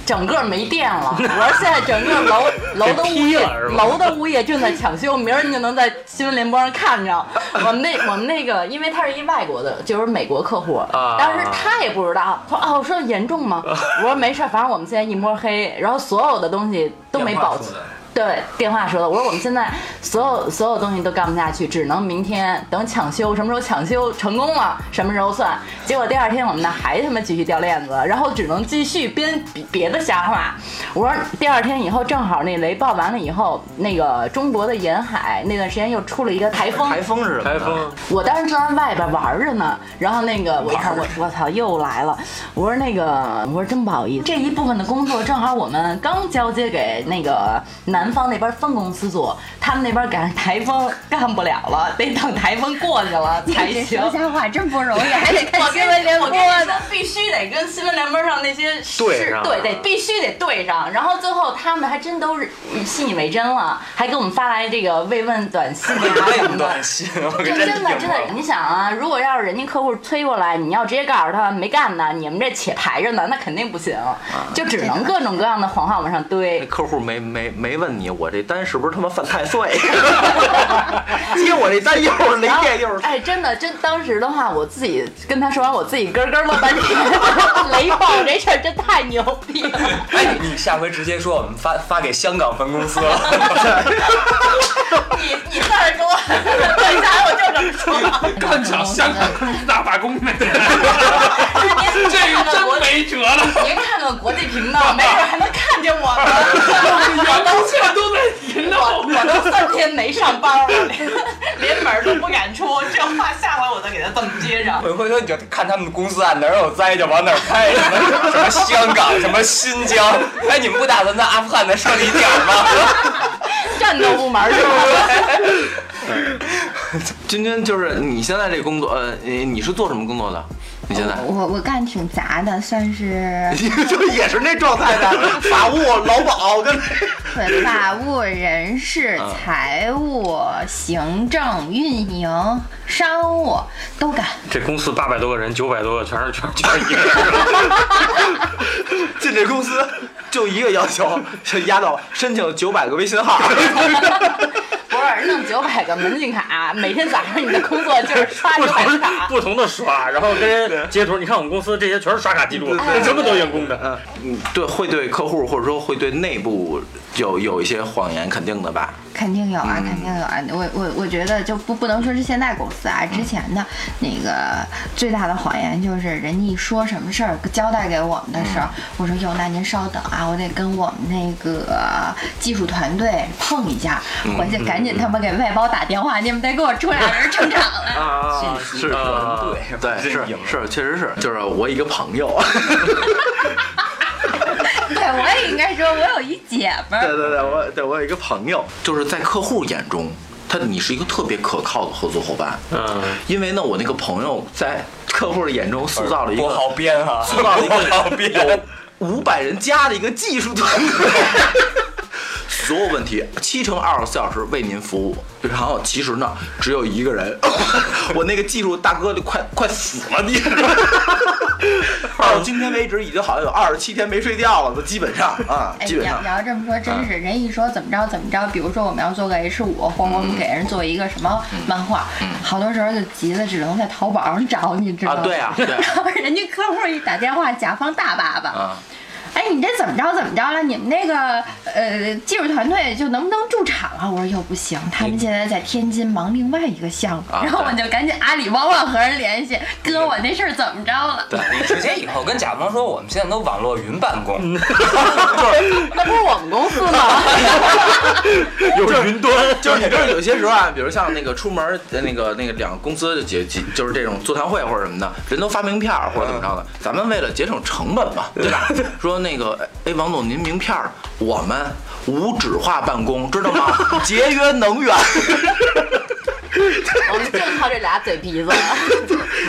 Speaker 2: 整个没电
Speaker 4: (laughs)
Speaker 2: 了。我说现在整个楼楼的物
Speaker 4: 劈
Speaker 2: 业
Speaker 4: 了是吧
Speaker 2: 楼的物业正在抢修，明儿您就能在新闻联播上看着。我们那我们那个，因为他是一外国的，就是美国客户，
Speaker 4: 啊
Speaker 2: 当时他也不知道。他说哦，我说严重吗？我说没事儿，反正我们现在一摸黑，然后所有的东西都没保
Speaker 6: 电话说的
Speaker 2: 对，电话说的，我说我们现在所有所有东西都干不下去，只能明天等抢修，什么时候抢修成功了，什么时候算。结果第二天我们那还他妈继续掉链子，然后只能继续编别别的瞎话。我说第二天以后正好那雷暴完了以后，那个中国的沿海那段时间又出了一个台风，
Speaker 1: 台风是什么？
Speaker 4: 台。风
Speaker 2: 我当时正在外边玩着呢，然后那个我一看我我操又来了，我说那个我说真不好意思，这一部分的工作正好我们刚交接给那个南方那边分公司做，他们那边赶上台风干不了了，得等台风过去了才
Speaker 3: 你这
Speaker 2: 行。
Speaker 3: 说瞎话真
Speaker 2: (laughs)
Speaker 3: 不容易，还得看
Speaker 7: (laughs)
Speaker 2: 我
Speaker 3: 新
Speaker 2: 跟
Speaker 3: 闻联播
Speaker 2: 我跟你
Speaker 3: 呢
Speaker 2: 说，必须得跟新闻联播上那些事
Speaker 4: 对上
Speaker 2: 对得必须得对上。然后最后他们还真都是信以为真了，还给我们发来这个慰问短信啊什么的。
Speaker 5: 信，我
Speaker 2: 就 (laughs) 真的真的，你想啊，如果要是人家客户催过来，你要直接告诉 (laughs) 他没干呢，你们这且排着呢，那肯定不行，就只能各种各样的谎话往上
Speaker 1: 那
Speaker 2: 堆。
Speaker 1: 客户没没没问你，我这单是不是他妈犯太岁？ (laughs) 接我这单又是雷
Speaker 2: 然后
Speaker 1: 电 (laughs) 又是
Speaker 2: 哎，真的，真当时的话，我自己跟他说完，我自己咯咯乐半天。 (laughs) 雷暴这事儿真太牛逼 (laughs) 了，
Speaker 5: 哎，你下回直接说我们发发给香港分公司了。
Speaker 1: (laughs)
Speaker 2: 你你在这儿给我， (laughs) 对，下来我就这么说。
Speaker 6: (laughs) 更想香港公司大罢工
Speaker 2: (laughs)
Speaker 6: 呢，这
Speaker 2: 您看
Speaker 6: 个
Speaker 2: 看国
Speaker 6: 真
Speaker 2: 际，
Speaker 6: 没辙了。
Speaker 2: 您看看国际频道，没准还能看见我们。
Speaker 6: (laughs) 员工现在都在你
Speaker 2: 我
Speaker 6: 闹呢，
Speaker 2: 我都三天没上班了，连门都不敢出。这话下回我再给他这么接上。
Speaker 5: 回头你就看他们公司啊，哪儿有灾就往哪儿开，什么什么香港，
Speaker 1: (laughs)
Speaker 5: 什么新疆。哎，你们不打算在阿富汗再设立点儿吗？
Speaker 2: 站都不门是 (laughs) 吧？
Speaker 1: 君君就是你现在这工作，呃，你你是做什么工作的？你现在？
Speaker 3: 我我干挺杂的，算是
Speaker 1: 就也是那状态 (laughs) 的，法务、劳保跟 (laughs)
Speaker 3: 对法务、人事、
Speaker 1: 嗯
Speaker 3: 财务、行政、运营、商务都干。
Speaker 4: 这公司八百多个人，九百多个全是全全是一个人。
Speaker 1: 进这公司 (laughs) 就一个要求，就压倒申请九百个微信号。 (laughs)
Speaker 2: 不是，弄九百个门禁卡，每天早上你的工作就是刷
Speaker 4: 不
Speaker 2: 九百
Speaker 4: 同
Speaker 2: 个
Speaker 4: 的
Speaker 1: (laughs)
Speaker 6: (laughs)
Speaker 2: 卡。
Speaker 4: 不同的刷，然后跟人截图。你看我们公司这些全是刷卡记录，什么都员工的。
Speaker 1: 嗯，嗯对，会对客户或者说会对内部有有一些谎言，肯定的吧？
Speaker 3: 肯定有啊，肯定有啊！我我我觉得就不不能说是现在公司啊，之前的那个最大的谎言就是人家一说什么事儿交代给我们的时候，我说哟，那您稍等啊，我得跟我们那个技术团队碰一下，回去赶紧他们给外包打电话，你们得给我出俩人撑场来。
Speaker 4: 啊，
Speaker 1: 是
Speaker 4: 啊，
Speaker 1: 对，是是，确实是，就是我一个朋友， (laughs)
Speaker 3: 对，我也应该说，我有一姐们
Speaker 1: 对
Speaker 3: 儿，
Speaker 1: 对对，我对我有一个朋友，就是在客户眼中，他你是一个特别可靠的合作伙伴，
Speaker 4: 嗯，
Speaker 1: 因为呢，我那个朋友在客户的眼中塑造了一
Speaker 5: 不
Speaker 1: 个
Speaker 5: 好编啊，
Speaker 1: 塑造了一
Speaker 5: 不好
Speaker 1: 个
Speaker 5: 编。
Speaker 1: 有五百人加的一个技术团队。所有问题，七乘二十四小时为您服务。然后其实呢，只有一个人，我那个技术大哥就快快死了，你知道吗？到今天为止，已经好像有二十七天没睡觉了，都基本上啊，
Speaker 3: 哎，
Speaker 1: 基本
Speaker 3: 你要
Speaker 1: 上嗯
Speaker 3: 你。要这么说，真是人一说怎么着怎么着，比如说我们要做个 H 五，或者我
Speaker 1: 嗯
Speaker 3: 们给人做一个什么漫画，好多时候就急得只能在淘宝上找，你知道
Speaker 1: 啊
Speaker 3: 吗？，
Speaker 1: 对啊，对啊
Speaker 3: (laughs) 然后人家客户一打电话，甲方大爸爸，
Speaker 1: 啊，
Speaker 3: 哎，你这怎么着怎么着了？你们那个呃技术团队就能不能驻场啊？我说又不行，他们现在在天津忙另外一个项目，
Speaker 1: 啊
Speaker 3: 然后我
Speaker 1: 对
Speaker 3: 就赶紧阿里旺旺和人联系，哥，我那事儿怎么着了？
Speaker 5: 你直接以后跟甲方说，我们现在都网络云办公，
Speaker 2: 那不是我们公司吗？
Speaker 4: (laughs) 有云端，
Speaker 1: (laughs) 就是你知道有些时候啊，比如像那个出门儿呃那个那个两个公司就几几就是这种座谈会或者什么的，人都发名片儿或者怎么着
Speaker 4: 嗯
Speaker 1: 的，咱们为了节省成本嘛，对吧？说那个哎，王总您名片儿，我们无纸化办公，知道吗？节约能
Speaker 4: (laughs)
Speaker 1: 源。
Speaker 2: (laughs) 我们就靠这俩嘴皮
Speaker 6: (laughs)
Speaker 2: 子。
Speaker 4: (laughs)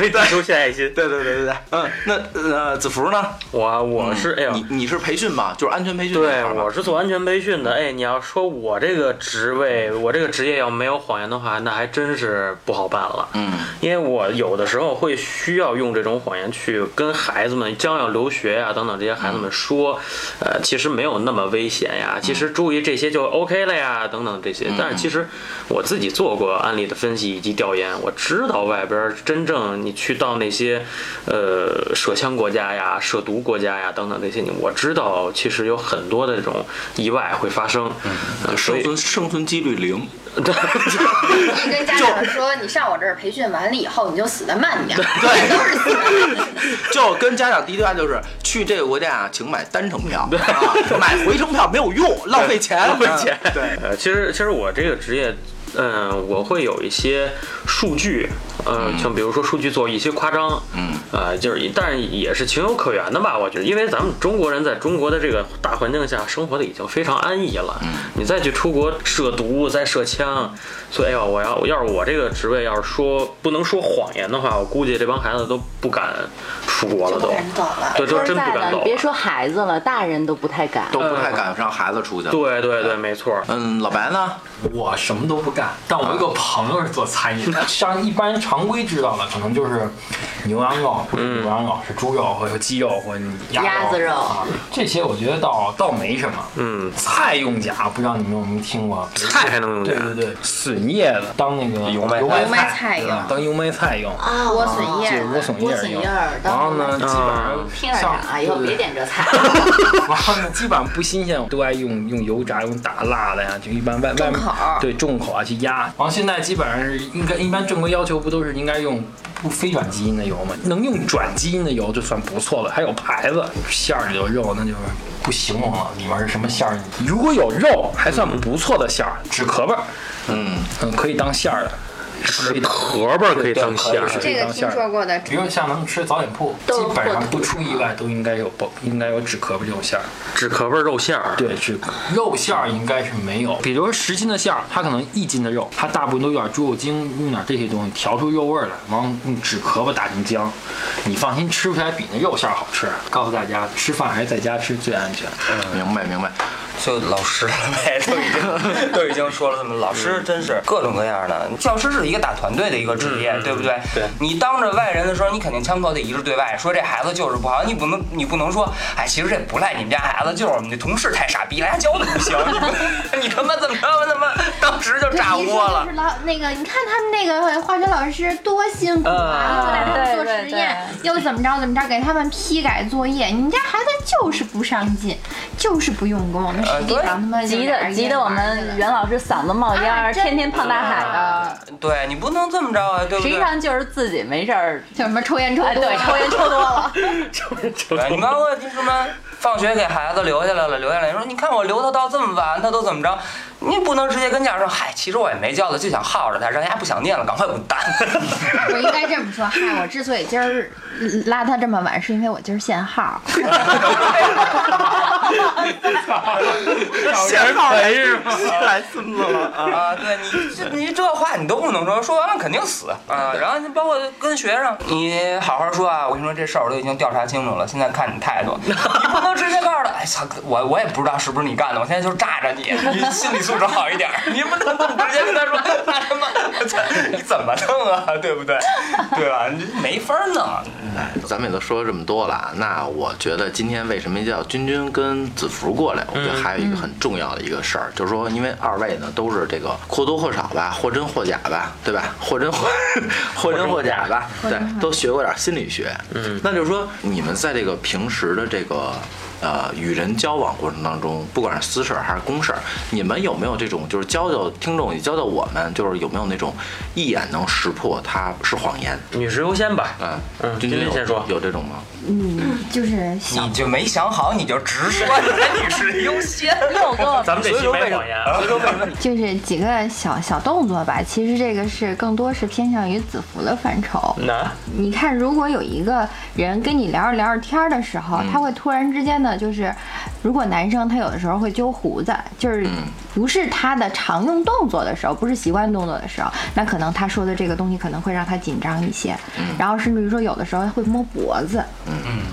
Speaker 4: 为地球献爱心。
Speaker 1: (laughs) 对对对对对，嗯，那呃子福呢？嗯
Speaker 4: 我我是哎呀，
Speaker 1: 你你是培训吧？就是安全培训那
Speaker 4: 对
Speaker 1: 块儿吧
Speaker 4: 我是做安全培训的。哎，你要说我这个职位，我这个职业要没有谎言的话，那还真是不好办了。
Speaker 1: 嗯
Speaker 4: 因为我有的时候会需要用这种谎言去跟孩子们将要留学呀、等等这些孩子们说，呃，其实没有那么危险呀，其实注意这些就 OK 了呀，等等这些。但是其实我自己做过案例的分析以及调研，我知道外边儿真正你去到那些呃涉枪国家呀、涉毒国家呀等等这些，你我知道其实有很多的这种意外会发生，呃所
Speaker 1: 生
Speaker 4: 以
Speaker 1: 存生存几率零，
Speaker 7: 你跟家长说，你上我这儿培训完了以后，你就死的慢点儿，
Speaker 1: (laughs)
Speaker 7: 都是 (laughs) 死得慢
Speaker 1: 就跟家长第一句话就是去这个国家啊，请买单程票，啊，买回程票没有用，浪费钱， (laughs) 浪
Speaker 4: 浪费钱。
Speaker 1: 对，
Speaker 4: 呃，其实其实我这个职业，嗯、我会有一些数据，呃，
Speaker 6: 嗯
Speaker 4: 像比如说数据做一些夸张，
Speaker 1: 嗯，
Speaker 4: 呃，就是但是也是情有可原的吧，我觉得，因为咱们中国人在中国的这个大环境下生活的已经非常安逸了，
Speaker 6: 嗯
Speaker 4: 你再去出国涉毒再涉枪，所以哎呦，我要我要是我这个职位要是说不能说谎言的话，我估计这帮孩子都不敢出国了
Speaker 7: 就
Speaker 4: 都
Speaker 7: 不，敢走了。
Speaker 4: 对，都
Speaker 2: 说实
Speaker 4: 真
Speaker 2: 在
Speaker 4: 不敢
Speaker 2: 的，
Speaker 4: 走
Speaker 2: 你
Speaker 6: 啊
Speaker 4: 了。
Speaker 2: 别说孩子了，大人都不太敢。
Speaker 1: 都不太敢让孩子出去。
Speaker 4: 对对对，没错。
Speaker 1: 嗯，老白呢？
Speaker 6: 我什么都不干，但我有个朋友是做餐饮 (laughs) 的。像一般常规知道的，可能就是牛羊肉，或者牛羊肉是猪肉，或者鸡肉，或者鸭
Speaker 2: 鸭子肉
Speaker 6: 啊这些我觉得倒倒没什么。
Speaker 4: 嗯，
Speaker 6: 菜用甲，不知道你们有没有听过？
Speaker 4: 菜还能用
Speaker 6: 对
Speaker 4: 假
Speaker 6: 对对，笋叶子当那个
Speaker 5: 油麦
Speaker 6: 麦
Speaker 7: 油麦菜
Speaker 6: 对
Speaker 7: 用
Speaker 6: 吧当油麦菜用。
Speaker 2: 啊，
Speaker 7: 莴笋叶
Speaker 6: 就是
Speaker 7: 子
Speaker 6: 莴笋叶儿用
Speaker 2: 莴笋叶儿，
Speaker 6: 然后呢，基本上
Speaker 2: 听着长啊，以后别点这菜。
Speaker 6: (laughs) 然后呢，基本上不新鲜，我都爱用用油炸，用大辣的呀，就一般外外面
Speaker 7: 重口儿
Speaker 6: 对重口啊去压。然后现在基本上是应该一般正规要求不都是应该用不非转基因的油吗？能用转基因的油就算不错了。还有牌子馅儿里有肉，那就是不形容了，里面是什么馅儿？如果有肉，还算不错的馅儿，纸壳儿，
Speaker 1: 嗯，
Speaker 6: 嗯，可以当馅儿的，
Speaker 4: 纸壳儿可以当馅儿
Speaker 6: 对可
Speaker 7: 这
Speaker 6: 以
Speaker 7: 个
Speaker 6: 当馅
Speaker 7: 听
Speaker 6: 儿
Speaker 7: 说
Speaker 6: 的。
Speaker 7: 过的，
Speaker 6: 比如像能吃早点铺，基
Speaker 2: 都是
Speaker 6: 本上
Speaker 2: 破
Speaker 6: 不
Speaker 2: 土
Speaker 6: 出意外都应该有包，应该有纸壳儿这种馅儿。
Speaker 4: 纸壳味儿肉馅儿，
Speaker 6: 对，是肉馅儿应该是没有，比如说十斤的馅儿，它可能一斤的肉，它大部分都有点猪肉精，用点这些东西调出肉味儿来，往用纸壳子打成浆，你放心吃出来比那肉馅儿好吃。啊告诉大家，吃饭还是在家吃最安全。
Speaker 1: 明白明白。
Speaker 5: (laughs) 就老师了呗，都已经都已经说了这么，老师真是各种各样的。教师是一个打团队的一个职业，对不对？
Speaker 4: 对
Speaker 5: 你当着外人的时候，你肯定枪口得一致对外，说这孩子就是不好，你不能你不能说，哎，其实这不赖你们家孩子，就是我们这同事太傻逼了，人家教的不行， (laughs) 你你他妈怎么着？他妈当时就炸
Speaker 7: 一
Speaker 5: 窝
Speaker 7: 说
Speaker 5: 了
Speaker 7: 就。是老那个，你看他们那个化学老师多辛苦啊，
Speaker 5: 啊
Speaker 7: 又在那儿做
Speaker 2: 对对
Speaker 7: 实验，又怎么着怎么着，给他们批改作业。你们家孩子就是不上进，就是不用功，我们实际
Speaker 5: 呃对
Speaker 7: 上他
Speaker 2: (laughs)
Speaker 7: 妈
Speaker 2: 急的急的，我们袁老师嗓子冒烟儿，
Speaker 7: 啊真啊
Speaker 2: 天天胖大海
Speaker 6: 啊
Speaker 2: 的。
Speaker 5: 对你不能这么着啊，对不
Speaker 2: 实际
Speaker 5: 对？
Speaker 2: 上就是自己没事儿，
Speaker 7: 什么抽烟抽
Speaker 2: 哎，
Speaker 7: 多 (laughs)
Speaker 2: 对，抽烟抽多了，
Speaker 5: 对 (laughs) 你包括什么放学给孩子留下来了，留下来说你看我留他到这么晚，他都怎么着？你不能直接跟家长说，嗨，其实我也没教他，就想耗着他，让人家不想念了，赶快滚蛋。
Speaker 7: 我应该这么说，嗨，我之所以今儿拉他这么晚，是因为我今儿限号。
Speaker 1: (laughs) 闲号来是 (laughs) 吗？来孙子了啊！
Speaker 5: 啊，对你这你这话你都不能说，说完了肯定死啊。然后你包括 (laughs) 跟学生，你好好说啊，我跟你说这事儿我都已经调查清楚了，现在看你态度，你不能就直接告诉他，哎操，我我也不知道是不是你干的，我现在就炸着你，你心理素质好一点，你不能这么直接跟他说， (laughs) 那他妈，我操你怎么弄啊，对不对？对吧？你没法弄，啊
Speaker 1: 咱们也都说这么多了啊，那我觉得今天为什么叫君君跟子福过来？我觉得还有一个很重要的一个事儿，就是说，因为二位呢都是这个或多或少吧，或真或假吧，对吧？或真或或真或假吧，对，都学过点心理学。嗯，那就是说，你们在这个平时的这个。呃，与人交往过程当中，不管是私事儿还是公事儿，你们有没有这种就是教教听众，也教教我们，就是有没有那种一眼能识破它是谎言？
Speaker 4: 女士优先吧。
Speaker 1: 嗯
Speaker 4: 嗯
Speaker 1: 君君
Speaker 4: 君君
Speaker 1: 有
Speaker 4: 先说
Speaker 1: 有这种吗？
Speaker 3: 嗯，就是小
Speaker 5: 你就没想好，你就直说， (laughs) 你是优先。
Speaker 2: (laughs) 又给我
Speaker 4: 咱们这期没谎言啊，
Speaker 7: 就是几个小小动作吧。其实这个是更多是偏向于子服的范畴。
Speaker 4: 那
Speaker 7: 你看，如果有一个人跟你聊着聊着天儿的时候，他会突然之间的，就是如果男生他有的时候会揪胡子，就是不是他的常用动作的时候，不是习惯动作的时候，那可能他说的这个东西可能会让他紧张一些。然后甚至于说有的时候他会摸脖子，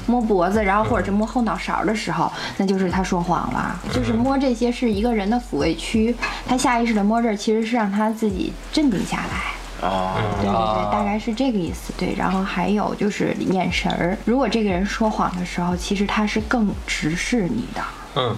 Speaker 7: 摸脖子，然后或者是摸后脑勺的时候，那就是他说谎了。就是摸这些是一个人的抚慰区，他下意识的摸这儿，其实是让他自己镇定下来。
Speaker 1: 哦，
Speaker 7: 对对
Speaker 5: 啊
Speaker 7: 对，大概是这个意思。对，然后还有就是眼神儿，如果这个人说谎的时候，其实他是更直视你的，
Speaker 4: 嗯，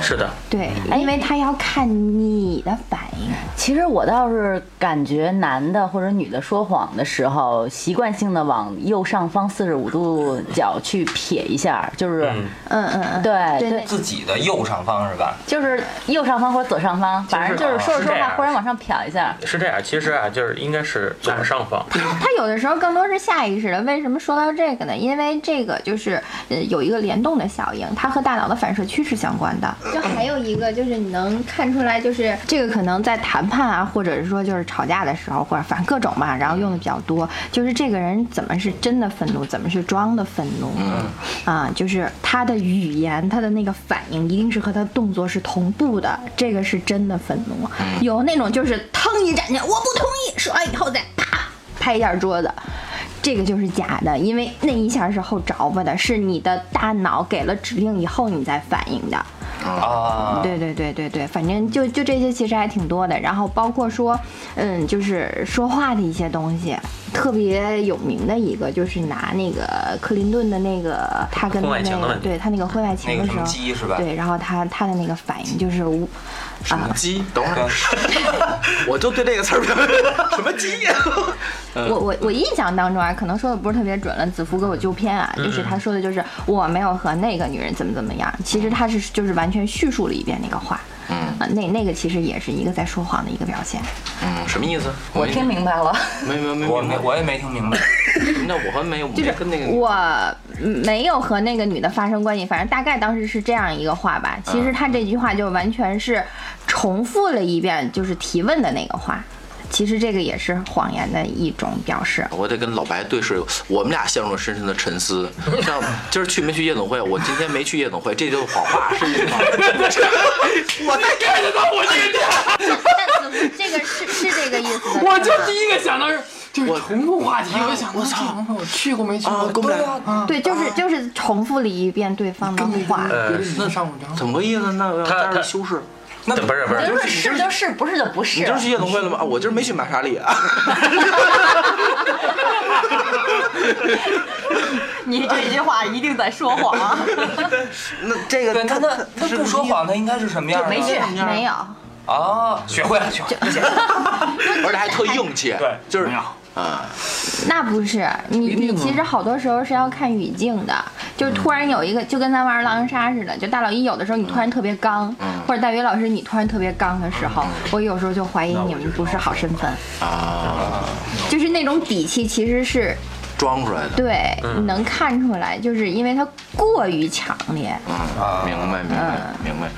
Speaker 4: 是的，
Speaker 7: 对，
Speaker 5: 嗯
Speaker 7: 因为他要看你的反应。
Speaker 2: 其实我倒是感觉男的或者女的说谎的时候，习惯性的往右上方四十五度角去撇一下，就是、
Speaker 7: 嗯嗯嗯，
Speaker 2: 对
Speaker 7: 对
Speaker 2: 对，
Speaker 5: 自己的右上方是吧？
Speaker 2: 就是右上方或者左上方，反正就是说着说
Speaker 4: 是这
Speaker 2: 着
Speaker 4: 样
Speaker 2: 话忽然往上瞟一下。
Speaker 4: 是这样。其实啊，就是应该是左上方。
Speaker 7: 他有的时候更多是下意识的。为什么说到这个呢？因为这个就是呃有一个联动的效应，它和大脑的反射区是相关的。就还有一个就是你能看出来，就是这个可能在谈判啊，或者是说就是吵架的时候，或者反正各种吧，然后用的比较多，就是这个人怎么是真的愤怒，怎么是装的愤怒。啊，就是他的语言，他的那个反应一定是和他动作是同步的，这个是真的愤怒。有那种就是腾一展现，我不同意，说完以后再啪拍一下桌子。这个就是假的，因为那一下是后着吧的，是你的大脑给了指令以后你再反应的。
Speaker 5: 啊，
Speaker 7: 对对对对对，反正就就这些其实还挺多的，然后包括说，嗯，就是说话的一些东西，特别有名的一个就是拿那个克林顿的那个他跟
Speaker 4: 婚外
Speaker 7: 那
Speaker 4: 情的
Speaker 7: 个
Speaker 4: 问题
Speaker 7: 对他那个婚外
Speaker 5: 那
Speaker 7: 情
Speaker 5: 个
Speaker 7: 的
Speaker 5: 什
Speaker 7: 时
Speaker 5: 么
Speaker 7: 候，
Speaker 5: 鸡是吧？
Speaker 7: 对，然后他他的那个反应就是无啊
Speaker 1: 什么鸡？等会儿，我就对这个词儿比较 (laughs) 什么鸡呀？嗯
Speaker 7: 我我我印象当中啊，可能说的不是特别准了，子福给我纠偏啊，
Speaker 1: 嗯
Speaker 7: 就是他说的就是我没有和那个女人怎么怎么样，其实他是就是完全叙述了一遍那个话，嗯，啊、那那个其实也是一个在说谎的一个表现。
Speaker 1: 嗯，什么意思？
Speaker 2: 我听明白了，
Speaker 1: 没没没
Speaker 5: 我
Speaker 1: 明
Speaker 5: 没
Speaker 1: 白，
Speaker 5: 我也没听明白。
Speaker 1: 那我还没有，
Speaker 7: 就是
Speaker 1: 没跟那个
Speaker 7: 我没有和那个女的发生关系，反正大概当时是这样一个话吧。其
Speaker 1: 嗯
Speaker 7: 实他这句话就完全是重复了一遍，就是提问的那个话。其实这个也是谎言的一种表示。
Speaker 1: 我得跟老白对视，我们俩陷入了深深的沉思。像今儿去没去夜总会？我今天没去夜总会，这就是谎话，是吗？
Speaker 6: 我再看得到我这个点，
Speaker 7: (laughs) 但子这个是是这个意思的。
Speaker 6: 我就第一个想到是，就是重复话题，我就想，我操，我去过没去过？
Speaker 1: 公
Speaker 6: 对
Speaker 1: 仔
Speaker 6: 啊，啊
Speaker 7: 对，就是就是重复了一遍对方的
Speaker 6: 跟那
Speaker 7: 话。
Speaker 6: 个别人上过章。
Speaker 1: 怎么个意思？那要
Speaker 4: 他
Speaker 1: 加
Speaker 4: 他
Speaker 1: 上修饰。
Speaker 5: 那
Speaker 4: 不是不是，
Speaker 2: (laughs) 就是是就是，不是就不是
Speaker 1: 你今。儿去夜总会了吗？啊，我今儿没去玛莎丽啊。
Speaker 2: 你这句话一定在说谎，
Speaker 1: (laughs) 那这个
Speaker 5: 对他那他
Speaker 1: 是
Speaker 5: 不说谎，他应该是什么样的？
Speaker 2: 没去
Speaker 7: 没有，
Speaker 5: 啊，学会了，学会 (laughs) 了。
Speaker 1: 而且还特硬气，
Speaker 5: 对
Speaker 1: 就是
Speaker 6: 没有
Speaker 1: 啊，
Speaker 7: 那不是你，
Speaker 6: 定
Speaker 7: 你其实好多时候是要看语境的，就是突然有一个，就跟咱玩狼人杀似的，就大老一有的时候你突然特别刚，或者大鱼老师你突然特别刚的时候，我有时候就怀疑你们不是好身份，
Speaker 1: 啊，
Speaker 7: 就是那种底气其实是
Speaker 1: 装出来的。
Speaker 7: 对，你能看出来，就是因为它过于强烈。
Speaker 1: 嗯，明白明白明白。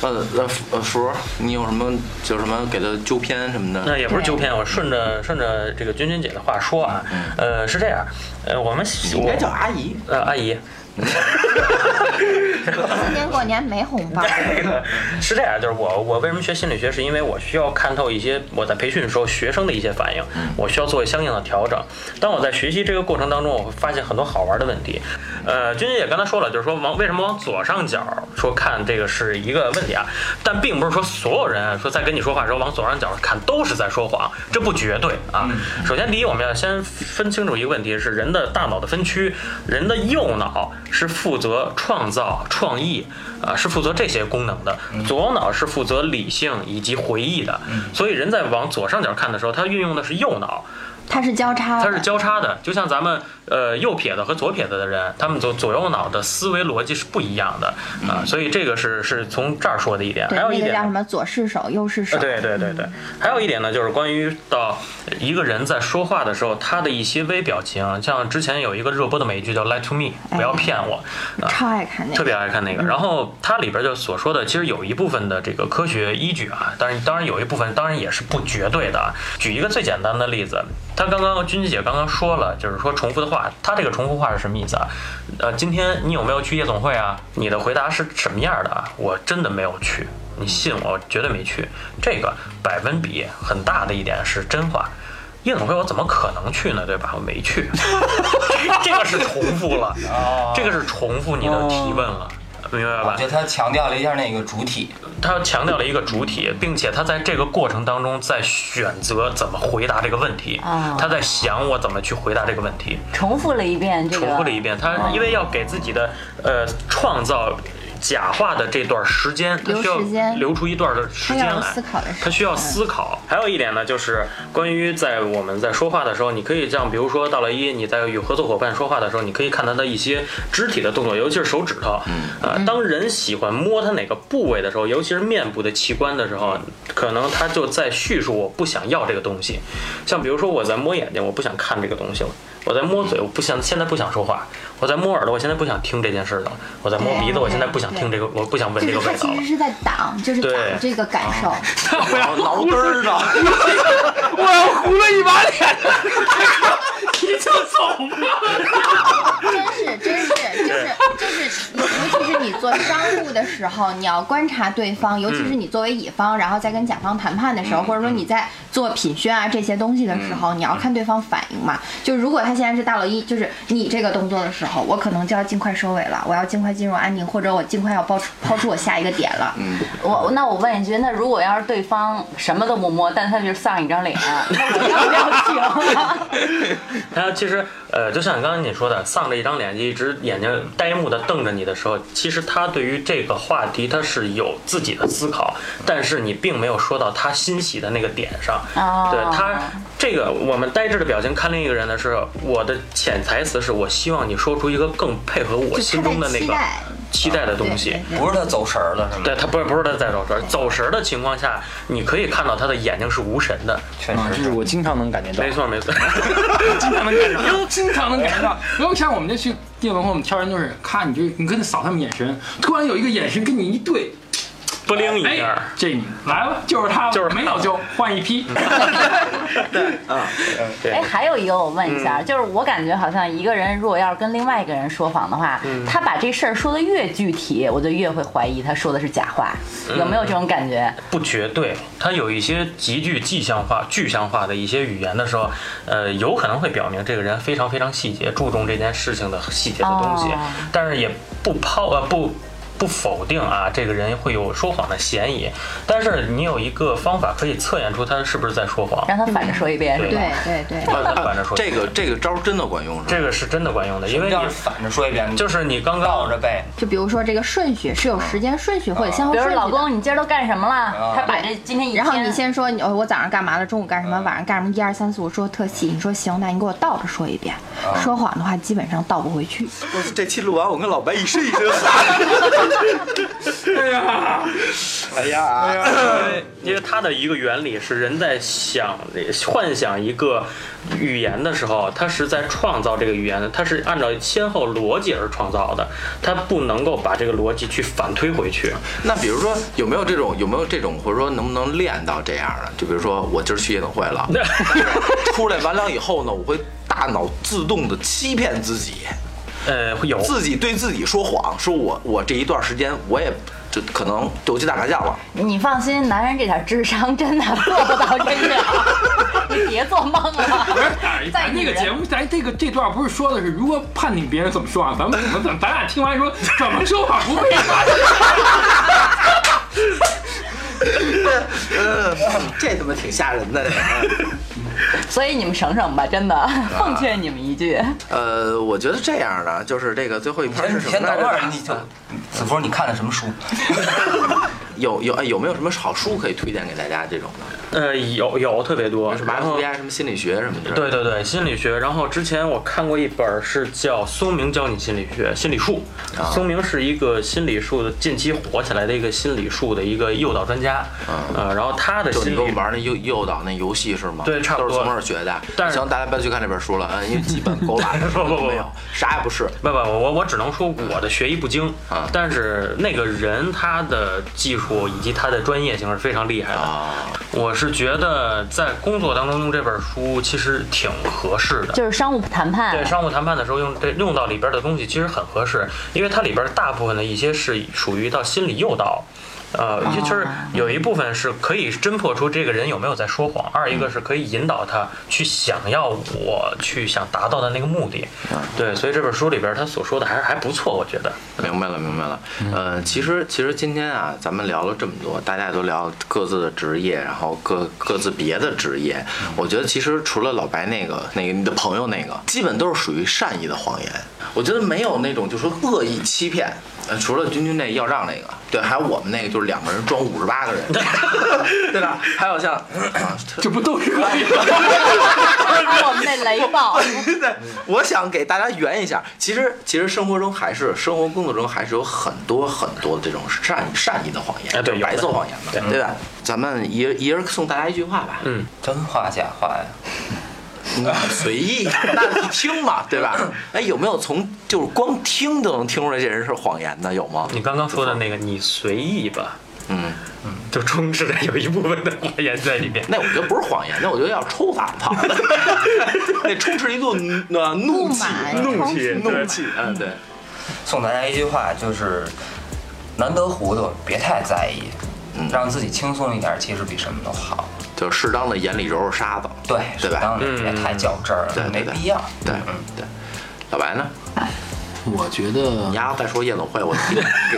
Speaker 1: 呃呃呃，福儿，你有什么就什么给他纠偏什么的？
Speaker 4: 那也不是纠偏，我顺着顺着这个君君姐的话说啊，呃，是这样，呃，我们
Speaker 1: 应
Speaker 4: 我
Speaker 1: 该叫阿姨。
Speaker 4: 呃阿姨，
Speaker 7: 今年过年没红包，
Speaker 4: 这个 (laughs) 是这样，就是我我为什么学心理学，是因为我需要看透一些我在培训的时候学生的一些反应，我需要做相应的调整。当我在学习这个过程当中，我会发现很多好玩的问题。呃，君姐也刚才说了，就是说往为什么往左上角说看这个是一个问题啊，但并不是说所有人啊说在跟你说话的时候往左上角看都是在说谎，这不绝对啊。首先第一，我们要先分清楚一个问题是人的大脑的分区，人的右脑是负责创造创意。啊，是负责这些功能的，左脑是负责理性以及回忆的，所以人在往左上角看的时候，它运用的是右脑，
Speaker 7: 它是交叉的，
Speaker 4: 它是交叉的，就像咱们呃右撇子和左撇子的人，他们左左右脑的思维逻辑是不一样的啊，所以这个是是从这儿说的一点，
Speaker 7: 对
Speaker 4: 还有一
Speaker 7: 那个
Speaker 4: 点
Speaker 7: 叫
Speaker 4: 呢
Speaker 7: 什么左是手右是手，
Speaker 4: 呃对对对对，还有一点呢，就是关于到一个人在说话的时候，他的一些微表情，像之前有一个热播的美剧叫《Lie to Me》，不要骗我，啊
Speaker 7: 超爱看那
Speaker 4: 特
Speaker 7: 个。嗯
Speaker 4: 别爱看那个。然后它里边就所说的，其实有一部分的这个科学依据啊，当然当然有一部分当然也是不绝对的啊。举一个最简单的例子，她刚刚君姐刚刚说了，就是说重复的话，她这个重复话是什么意思啊？呃，今天你有没有去夜总会啊？你的回答是什么样的啊？我真的没有去。你信我，我绝对没去。这个百分比很大的一点是真话。夜总会我怎么可能去呢？对吧？我没去， (laughs) 这个是重复了，这个是重复你的提问了，明白
Speaker 5: 我
Speaker 4: 吧
Speaker 5: 觉？得他强调了一下那个主体，
Speaker 4: 他强调了一个主体，并且他在这个过程当中在选择怎么回答这个问题
Speaker 2: 哦，
Speaker 4: 他在想我怎么去回答这个问题，
Speaker 2: 重复了一遍这个，
Speaker 4: 重复了一遍。他因为要给自己的呃创造假话的这段时间，他
Speaker 7: 留
Speaker 4: 需要
Speaker 7: 时间
Speaker 4: 留出一段的时
Speaker 7: 他
Speaker 4: 间
Speaker 7: 要
Speaker 4: 来
Speaker 7: 有思考的时
Speaker 4: 他
Speaker 7: 候，
Speaker 4: 需要思考。还有一点呢，就是关于在我们在说话的时候，你可以像比如说到了一，你在与合作伙伴说话的时候，你可以看他的一些肢体的动作，尤其是手指头。
Speaker 7: 嗯
Speaker 4: 呃，当人喜欢摸他哪个部位的时候，尤其是面部的器官的时候，可能他就在叙述我不想要这个东西。像比如说我在摸眼睛，我不想看这个东西了。我在摸嘴，我不想现在不想说话；我在摸耳朵，我现在不想听这件事了；我在摸鼻子，我现在不想听这个，我不想闻
Speaker 7: 就
Speaker 4: 这
Speaker 7: 是
Speaker 4: 个
Speaker 7: 他
Speaker 4: 味道
Speaker 7: 其
Speaker 4: 了
Speaker 7: 实。是在挡，就是挡
Speaker 4: 对
Speaker 7: 这个感受。
Speaker 1: 脑脑嘚儿上。
Speaker 6: 我要糊了一把脸，你就走吧。
Speaker 7: 真是，真
Speaker 4: (laughs)
Speaker 7: 是，就是，就是，尤其是你做商务的时候，你要观察对方，尤其是你作为乙方，然后在跟甲方谈判的
Speaker 4: 嗯
Speaker 7: 时候，或者说你在做品宣啊这些东西的时候，你要看对方反应嘛。就如果他现在是大老一，就是你这个动作的时候，我可能就要尽快收尾了，我要尽快进入安宁，或者我尽快要抛出抛出我下一个点了。
Speaker 4: 嗯
Speaker 2: 我那我问一句，那如果要是对方什么都不摸，但他就是丧一张脸，那我要不要停？啊
Speaker 4: 他其实，呃，就像你刚才你说的，丧着一张脸，一直眼睛呆木的瞪着你的时候，其实他对于这个话题他是有自己的思考，但是你并没有说到他欣喜的那个点上。
Speaker 2: 哦
Speaker 4: 对他这个我们呆滞的表情看另一个人的时候，我的潜台词是我希望你说出一个更配合我
Speaker 7: 就
Speaker 4: 心
Speaker 7: 他
Speaker 4: 中
Speaker 7: 在
Speaker 4: 的那
Speaker 7: 期
Speaker 4: 个
Speaker 7: 待，
Speaker 4: 期待的东西。
Speaker 7: 对对
Speaker 5: 不是他走神儿了，是吗？
Speaker 4: 对他不是不是他在走神儿，走神儿的情况下，你可以看到他的眼睛是无神的。
Speaker 5: 确
Speaker 6: 啊，就
Speaker 5: 实
Speaker 6: 是我经常能感觉到
Speaker 4: 没，错没错。 (laughs)
Speaker 6: 经常能感觉到，哎经常能感觉到。然后像我们这去夜总会，我们挑人就是，咔，你就你跟他扫他们眼神，突然有一个眼神跟你一对，
Speaker 4: 不灵一下
Speaker 6: 哎
Speaker 4: 儿，，
Speaker 6: 这你来吧，就是他，
Speaker 4: 就是他
Speaker 6: 没有就换一
Speaker 4: (laughs)
Speaker 6: 批。
Speaker 2: 哎，还有一个我问一下，就是我感觉好像一个人如果要是跟另外一个人说谎的话，他把这事儿说的越具体，我就越会怀疑他说的是假话，有没有这种感觉？
Speaker 4: 不绝对，它有一些极具具象化、具象化的一些语言的时候，呃，有可能会表明这个人非常非常细节，注重这件事情的细节的东西，
Speaker 2: 哦
Speaker 4: 但是也不抛呃不。不否定啊，这个人会有说谎的嫌疑，但是你有一个方法可以测验出他是不是在说谎，
Speaker 2: 让他反着说一遍是吧？
Speaker 7: 对对对。
Speaker 4: 让他反着说。
Speaker 1: (laughs) 这个这个招儿真的管用是吧？
Speaker 4: 这个是真的管用的，因为
Speaker 5: 要是
Speaker 4: 你
Speaker 5: 反着说一遍，
Speaker 4: 就是你刚刚
Speaker 5: 倒着背，
Speaker 7: 就比如说这个顺序是有时间顺序或者先
Speaker 4: 哦
Speaker 7: 后
Speaker 2: 比如
Speaker 7: 顺序
Speaker 2: 说
Speaker 7: 哦的。
Speaker 2: 老公，你今儿都干什么了
Speaker 5: 啊？
Speaker 2: 他把这今天一天，
Speaker 7: 然后你先说，你哦我早上干嘛了，中午干什么，晚上干什么，一二三四五说特细，你说行，那你给我倒着说一遍，说谎的话基本上倒不回去。
Speaker 1: 这期录完，我跟老白一身一身汗。哎呀，哎呀，
Speaker 4: 因为因为它的一个原理是人在想幻想一个语言的时候，它是在创造这个语言的，它是按照先后逻辑而创造的，它不能够把这个逻辑去反推回去。
Speaker 1: 那比如说有没有这种有没有这种，或者说能不能练到这样的？就比如说我今儿去夜总会了，出来完了以后呢，我会大脑自动的欺骗自己。
Speaker 4: 呃，会有
Speaker 1: 自己对自己说谎，说我我这一段时间我也就可能就去打麻将了，
Speaker 2: 你放心，男人这点智商真的做不到这
Speaker 7: (laughs)
Speaker 2: 样，你别做梦了
Speaker 6: 不是，。
Speaker 2: (laughs)
Speaker 6: 哎咱那个节目，咱这个这段不是说的是如何判定别人怎么说啊？咱们怎么怎么，咱俩听完说怎么说法不啊被
Speaker 4: (laughs)
Speaker 6: 发现？
Speaker 1: 嗯， (laughs) 这他妈挺吓人的。这个
Speaker 2: 所以你们省省吧，真的， (laughs) 奉劝你们一句，
Speaker 1: 呃，我觉得这样的就是这个最后一篇是
Speaker 5: 先
Speaker 1: 什么
Speaker 5: 先等
Speaker 1: 来
Speaker 5: 会儿，
Speaker 1: 着？
Speaker 5: 你就子枫，你看的什么书？
Speaker 1: 有有哎有没有什么好书可以推荐给大家这种的？
Speaker 4: 呃有有特别多，
Speaker 1: 什么
Speaker 4: 然后
Speaker 1: FBI 什么心理学什么之类的？
Speaker 4: 对对对，心理学。然后之前我看过一本儿是叫《松明教你心理学》，心理术。
Speaker 1: 啊
Speaker 4: 松明是一个心理术的近期火起来的一个心理术的一个诱导专家。呃，然后他的
Speaker 1: 就
Speaker 4: 心
Speaker 1: 你
Speaker 4: 理
Speaker 1: 给我们玩那诱诱导那游戏是吗？
Speaker 4: 对差不多
Speaker 1: 都是从那儿学的。
Speaker 4: 但是
Speaker 1: 行，大家不要去看这本书了，嗯，因为基本勾栏
Speaker 4: (laughs) 不不不
Speaker 1: 没有，啥也不是。
Speaker 4: 不不，我我只能说我的学艺不精，
Speaker 1: 嗯啊
Speaker 4: 但是那个人他的技术以及他的专业性是非常厉害的。
Speaker 1: 啊，
Speaker 4: 我是觉得在工作当中用这本书其实挺合适的。
Speaker 2: 就是商务谈判 (laughs)
Speaker 4: 对商务谈判的时候用这用到里边的东西，其实很合适，因为它里边大部分的一些是属于到心理诱导。呃，也就是有一部分是可以侦破出这个人有没有在说谎，二一个是可以引导他去想要我去想达到的那个目的。对，所以这本书里边他所说的还还不错，我觉得。
Speaker 1: 明白了，明白了。呃，其实其实今天啊，咱们聊了这么多，大家也都聊各自的职业，然后各各自别的职业。我觉得其实除了老白那个那个你的朋友那个，基本都是属于善意的谎言。我觉得没有那种就说恶意欺骗。呃，除了君君那要账那个，对，还有我们那个就是两个人装五十八个人， (laughs) 对吧？还有像，
Speaker 6: 这不都是可以
Speaker 2: 还有我们那雷暴，
Speaker 1: (laughs) 对，我想给大家圆一下，其实其实生活中还是生活工作中还是有很多很多的这种善善意的谎言，
Speaker 4: 哎对有的
Speaker 1: 白色谎言嘛，
Speaker 4: 对
Speaker 1: 对吧？咱们一人一人送大家一句话吧，
Speaker 4: 嗯，
Speaker 5: (laughs) 真话假话呀？
Speaker 1: 嗯，随
Speaker 4: (laughs)
Speaker 1: 意，那你听嘛，对吧？哎，有没有从就是光听都能听出来这人是谎言的，有吗？
Speaker 4: 你刚刚说的那个你随意吧，
Speaker 1: 嗯，
Speaker 4: 就充斥着有一部分的谎言在里面。
Speaker 1: 那我觉得不是谎言，那我觉得要抽法
Speaker 4: (laughs)
Speaker 1: 炮， (laughs) 那充斥一座呃怒气，
Speaker 4: 怒气，
Speaker 1: 怒气，嗯，对，
Speaker 5: 送大家一句话，就是难得糊涂，别太在意
Speaker 1: 嗯，
Speaker 5: 让自己轻松一点，其实比什么都好。
Speaker 1: 就是适当的眼里揉揉沙子，
Speaker 5: 对，嗯
Speaker 1: 对吧
Speaker 5: 适当点，别太较真儿
Speaker 1: 对，对
Speaker 5: 没
Speaker 1: 对
Speaker 5: 必要。
Speaker 1: 对
Speaker 5: 嗯
Speaker 1: 对。老白呢？
Speaker 6: 我觉得
Speaker 1: 你丫要再说夜总会，我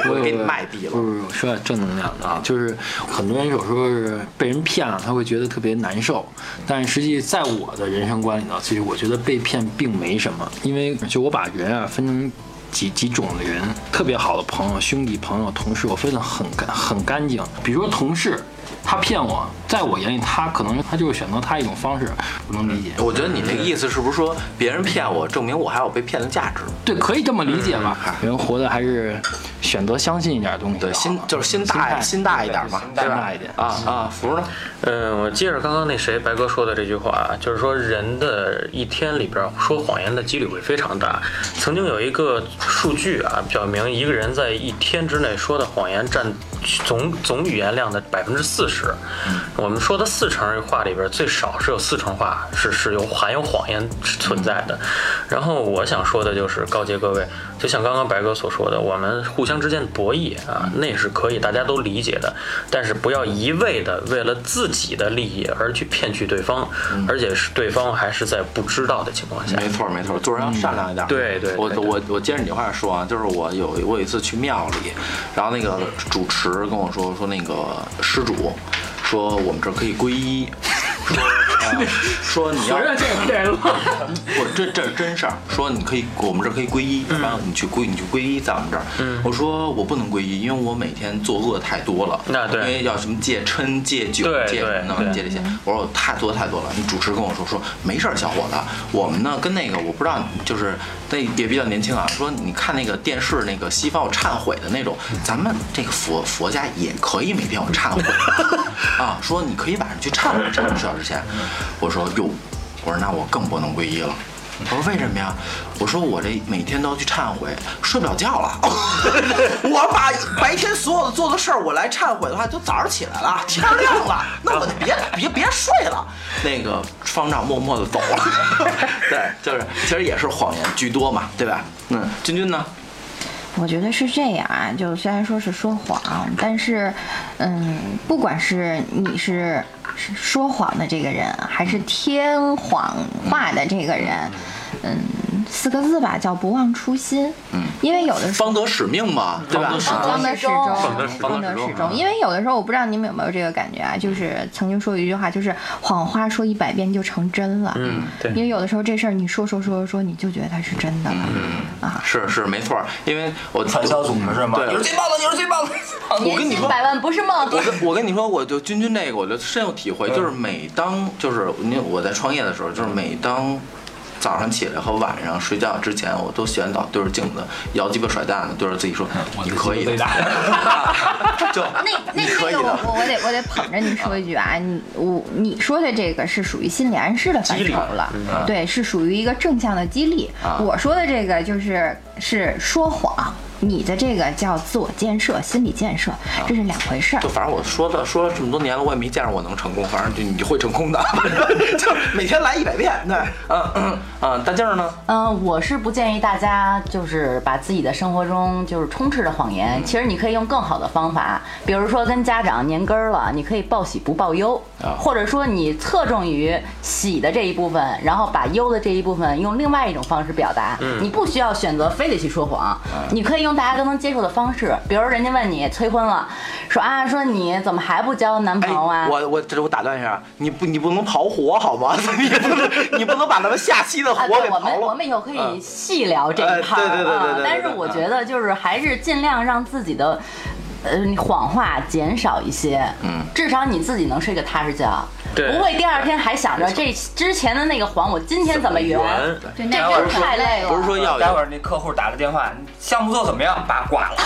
Speaker 1: 给我给你卖地了
Speaker 6: 不。是，我说点正能量的啊，就是很多人有时候是被人骗了，他会觉得特别难受，但是实际在我的人生观里呢，其实我觉得被骗并没什么，因为就我把人啊分成。几几种的人，特别好的朋友、兄弟、朋友、同事，我分得很干很干净。比如说同事，他骗我，在我眼里，他可能他就是选择他一种方式，我能理解。
Speaker 1: 我觉得你那个意思是不是说别人骗我，证明我还有被骗的价值？
Speaker 6: 对，可以这么理解吧。人活的还是选择相信一点东西
Speaker 1: 嗯
Speaker 6: 好
Speaker 1: 对，
Speaker 6: 嘛，
Speaker 1: 心就是心大一心大一点嘛，
Speaker 6: 再
Speaker 1: 对吧
Speaker 6: 大一？点。
Speaker 1: 啊啊，福呢？
Speaker 4: 嗯，我接着刚刚那谁白哥说的这句话啊，就是说人的一天里边说谎言的几率会非常大。曾经有一个数据啊，表明一个人在一天之内说的谎言占总总语言量的百分之四十。我们说的四成话里边，最少是有四成话是是有含有谎言存在的。然后我想说的就是告诫各位，就像刚刚白哥所说的，我们互相之间的博弈啊，那是可以大家都理解的，但是不要一味的为了自己的利益而去骗取对方，而且是对方还是在不知道的情况下。
Speaker 1: 没错没错，做人要善良一点。
Speaker 4: 对对
Speaker 1: 我
Speaker 4: 对对
Speaker 1: 我我接着你话说啊，就是我有我有一次去庙里，然后那个主持跟我说说那个施主说我们这儿可以皈依，说、 (laughs) 呃说你要
Speaker 6: 我让这
Speaker 1: (laughs)
Speaker 6: 个骗人了。
Speaker 1: 我这这是真事儿，说你可以，我们这儿可以皈依，
Speaker 4: 嗯
Speaker 1: 然后你去皈，你去皈依在我们这儿。我说我不能皈依，因为我每天作恶太多了。
Speaker 4: 那对
Speaker 1: 因为要什么戒嗔、戒酒、
Speaker 4: 对
Speaker 1: 戒什么
Speaker 4: 对
Speaker 1: 的，
Speaker 4: 对
Speaker 1: 戒这些。我说我太多太多了。你主持跟我说说没事儿，小伙子，我们呢跟那个我不知道，就是那也比较年轻啊。说你看那个电视那个西方有忏悔的那种，咱们这个佛佛家也可以每天有忏悔啊。 (laughs) 说你可以晚上去忏悔，忏悔睡觉之前。我说哟，我说那我更不能皈依了。我说为什么呀？我说我这每天都要去忏悔，睡不了觉了。 (laughs) 我把白天所有的做的事儿，我来忏悔的话，就早上起来了，天儿亮了，那我就别别别睡了。那个方丈默默的走了。 (laughs) 对，就是其实也是谎言居多嘛，对吧？嗯，君君呢？
Speaker 7: 我觉得是这样啊，就虽然说是说谎，但是，嗯，不管是你是是说谎的这个人，啊还是听谎话的这个人，嗯，四个字吧，叫不忘初心。嗯，因为有的时候。
Speaker 1: 方得使命嘛，对吧？
Speaker 7: 方得始终
Speaker 4: 方得始，终
Speaker 7: 方得始
Speaker 1: 嗯
Speaker 7: 终。因为有的时候，我不知道你们有没有这个感觉啊，就是曾经说有一句话，就是谎话说一百遍就成真了。
Speaker 4: 嗯，对，
Speaker 7: 因为有的时候这事儿你说说说说，你就觉得它是真的了。
Speaker 1: 嗯
Speaker 7: 啊，
Speaker 1: 是是没错儿，因为我
Speaker 5: 传销组织是吗？
Speaker 1: 对
Speaker 5: 你是最棒的，你是最棒的。
Speaker 1: 我跟
Speaker 2: 年
Speaker 1: 你
Speaker 2: 薪
Speaker 1: 说
Speaker 2: 百万不是梦。
Speaker 1: 我 (laughs) 跟我跟你说，我就君君这个，我就深有体会，就是每当就是你我在创业的时候，就是每当早上起来和晚上睡觉之前，我都洗完澡对着镜子摇鸡巴甩蛋子，对着自己说：“你可以的。 (laughs) 就”就
Speaker 7: 那那
Speaker 1: 你可以
Speaker 7: 那个
Speaker 1: 的。
Speaker 7: 我我我得我得捧着你说一句啊，你我你说的这个是属于心理暗示的范畴了，
Speaker 1: 嗯
Speaker 7: 对，是属于一个正向的激励。
Speaker 1: 啊
Speaker 7: 我说的这个就是是说谎，你的这个叫自我建设、心理建设，这是两回事儿
Speaker 1: 就。反正我说了说了这么多年了，我也没见着我能成功，反正就你会成功的， (laughs) 就是每天来一百遍。对，嗯嗯嗯，大静儿呢？
Speaker 2: 嗯，我是不建议大家就是把自己的生活中就是充斥着谎言。其实你可以用更好的方法，比如说跟家长年根儿了，你可以报喜不报忧，或者说你侧重于喜的这一部分，然后把忧的这一部分用另外一种方式表达。你不需要选择非得去说谎，你可以用大家都能接受的方式，比如人家问你催婚了，说啊说你怎么还不交男朋友啊？
Speaker 1: 哎我我这我打断一下，啊你不你不能刨活好吗？ (laughs) 你不能你不能把咱们下期的活
Speaker 2: 啊，
Speaker 1: 给
Speaker 2: 对，我
Speaker 1: 刨
Speaker 2: 们
Speaker 1: 了。
Speaker 2: 我们以后可以细聊这一
Speaker 1: 呃
Speaker 2: 趴儿
Speaker 1: 对对对对
Speaker 2: 啊
Speaker 1: 对对
Speaker 2: 但是
Speaker 1: 对
Speaker 2: 我
Speaker 1: 啊
Speaker 2: 觉得就是还是尽量让自己的。呃，你谎话减少一些，嗯，至少你自己能睡个踏实觉，
Speaker 4: 对
Speaker 2: 不会第二天还想着这之前的那个谎，我今天怎么圆？
Speaker 4: 圆
Speaker 7: 对，
Speaker 2: 这真是太累
Speaker 1: 不是
Speaker 2: 了。
Speaker 1: 说要有
Speaker 5: 待会儿那客户打了电话，项目做怎么样？把挂了。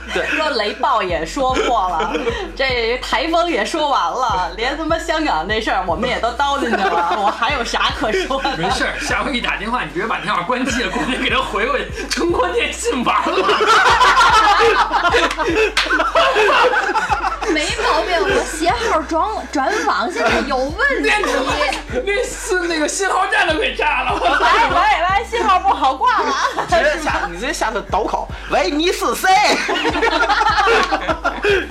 Speaker 2: (laughs) 对，说雷暴也说破了，
Speaker 1: (laughs)
Speaker 2: 这台风也说完了，连他妈香港那事儿我们也都叨进去了，我还有啥可说的？ (laughs)
Speaker 6: 没事儿，下回一打电话，你直接把电话关机了，过去给他回过去，中国电信完了。
Speaker 7: 没毛病，我携号转转网现在有问题。
Speaker 6: 那次那个信号站都给炸了。
Speaker 2: 喂喂喂，信号不好，挂了啊。
Speaker 1: 直接下，你直接下的倒口，喂，你是谁？ (laughs)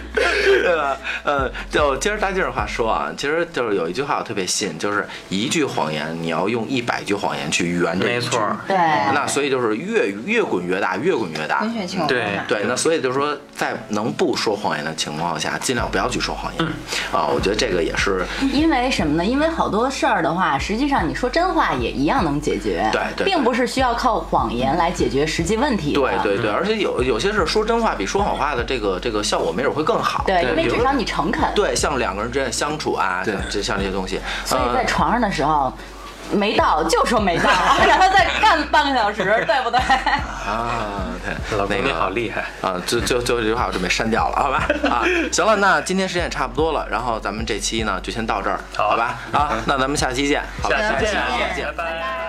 Speaker 1: 对吧？呃，就接着大静的话说啊，其实就是有一句话我特别信，就是一句谎言你要用一百句谎言去圆这一
Speaker 4: 没
Speaker 1: 句
Speaker 4: 错儿，
Speaker 2: 对，
Speaker 1: 那所以就是越越滚越大，越滚越大。
Speaker 3: 滚雪球。
Speaker 2: 嗯
Speaker 4: 对
Speaker 1: 对，那所以就是说，在能不说谎言的情况下，尽量不要去说谎
Speaker 4: 嗯
Speaker 1: 言。啊，我觉得这个也是
Speaker 2: 因为什么呢？因为好多事儿的话，实际上你说真话也一样能解决，
Speaker 1: 对对对
Speaker 2: 并不是需要靠谎言来解决实际问题的。
Speaker 1: 对对
Speaker 4: 嗯
Speaker 1: 对，而且有有些是说真话比说谎话的这个这个效果没准会更好。
Speaker 2: 对因为
Speaker 1: 比如
Speaker 2: 至少你诚恳。
Speaker 1: 对，像两个人之间的相处啊，
Speaker 6: 对
Speaker 1: 这像这些东西，
Speaker 2: 所以在
Speaker 1: 呃，
Speaker 2: 床上的时候。没到就说没到， (laughs) 然后再干半个小时，对不对？
Speaker 1: 啊，对，
Speaker 4: 老公
Speaker 1: 那
Speaker 4: 你
Speaker 1: 个
Speaker 4: 好厉害。
Speaker 1: 啊，就就就这句话我准备删掉了，好吧？
Speaker 4: (laughs)
Speaker 1: 啊，行了，那今天时间也差不多了，然后咱们这期呢就先到这儿，好吧？啊，那咱们下期见，好吧？
Speaker 4: 下期
Speaker 1: 下期
Speaker 4: 见
Speaker 1: 见，
Speaker 4: 拜拜。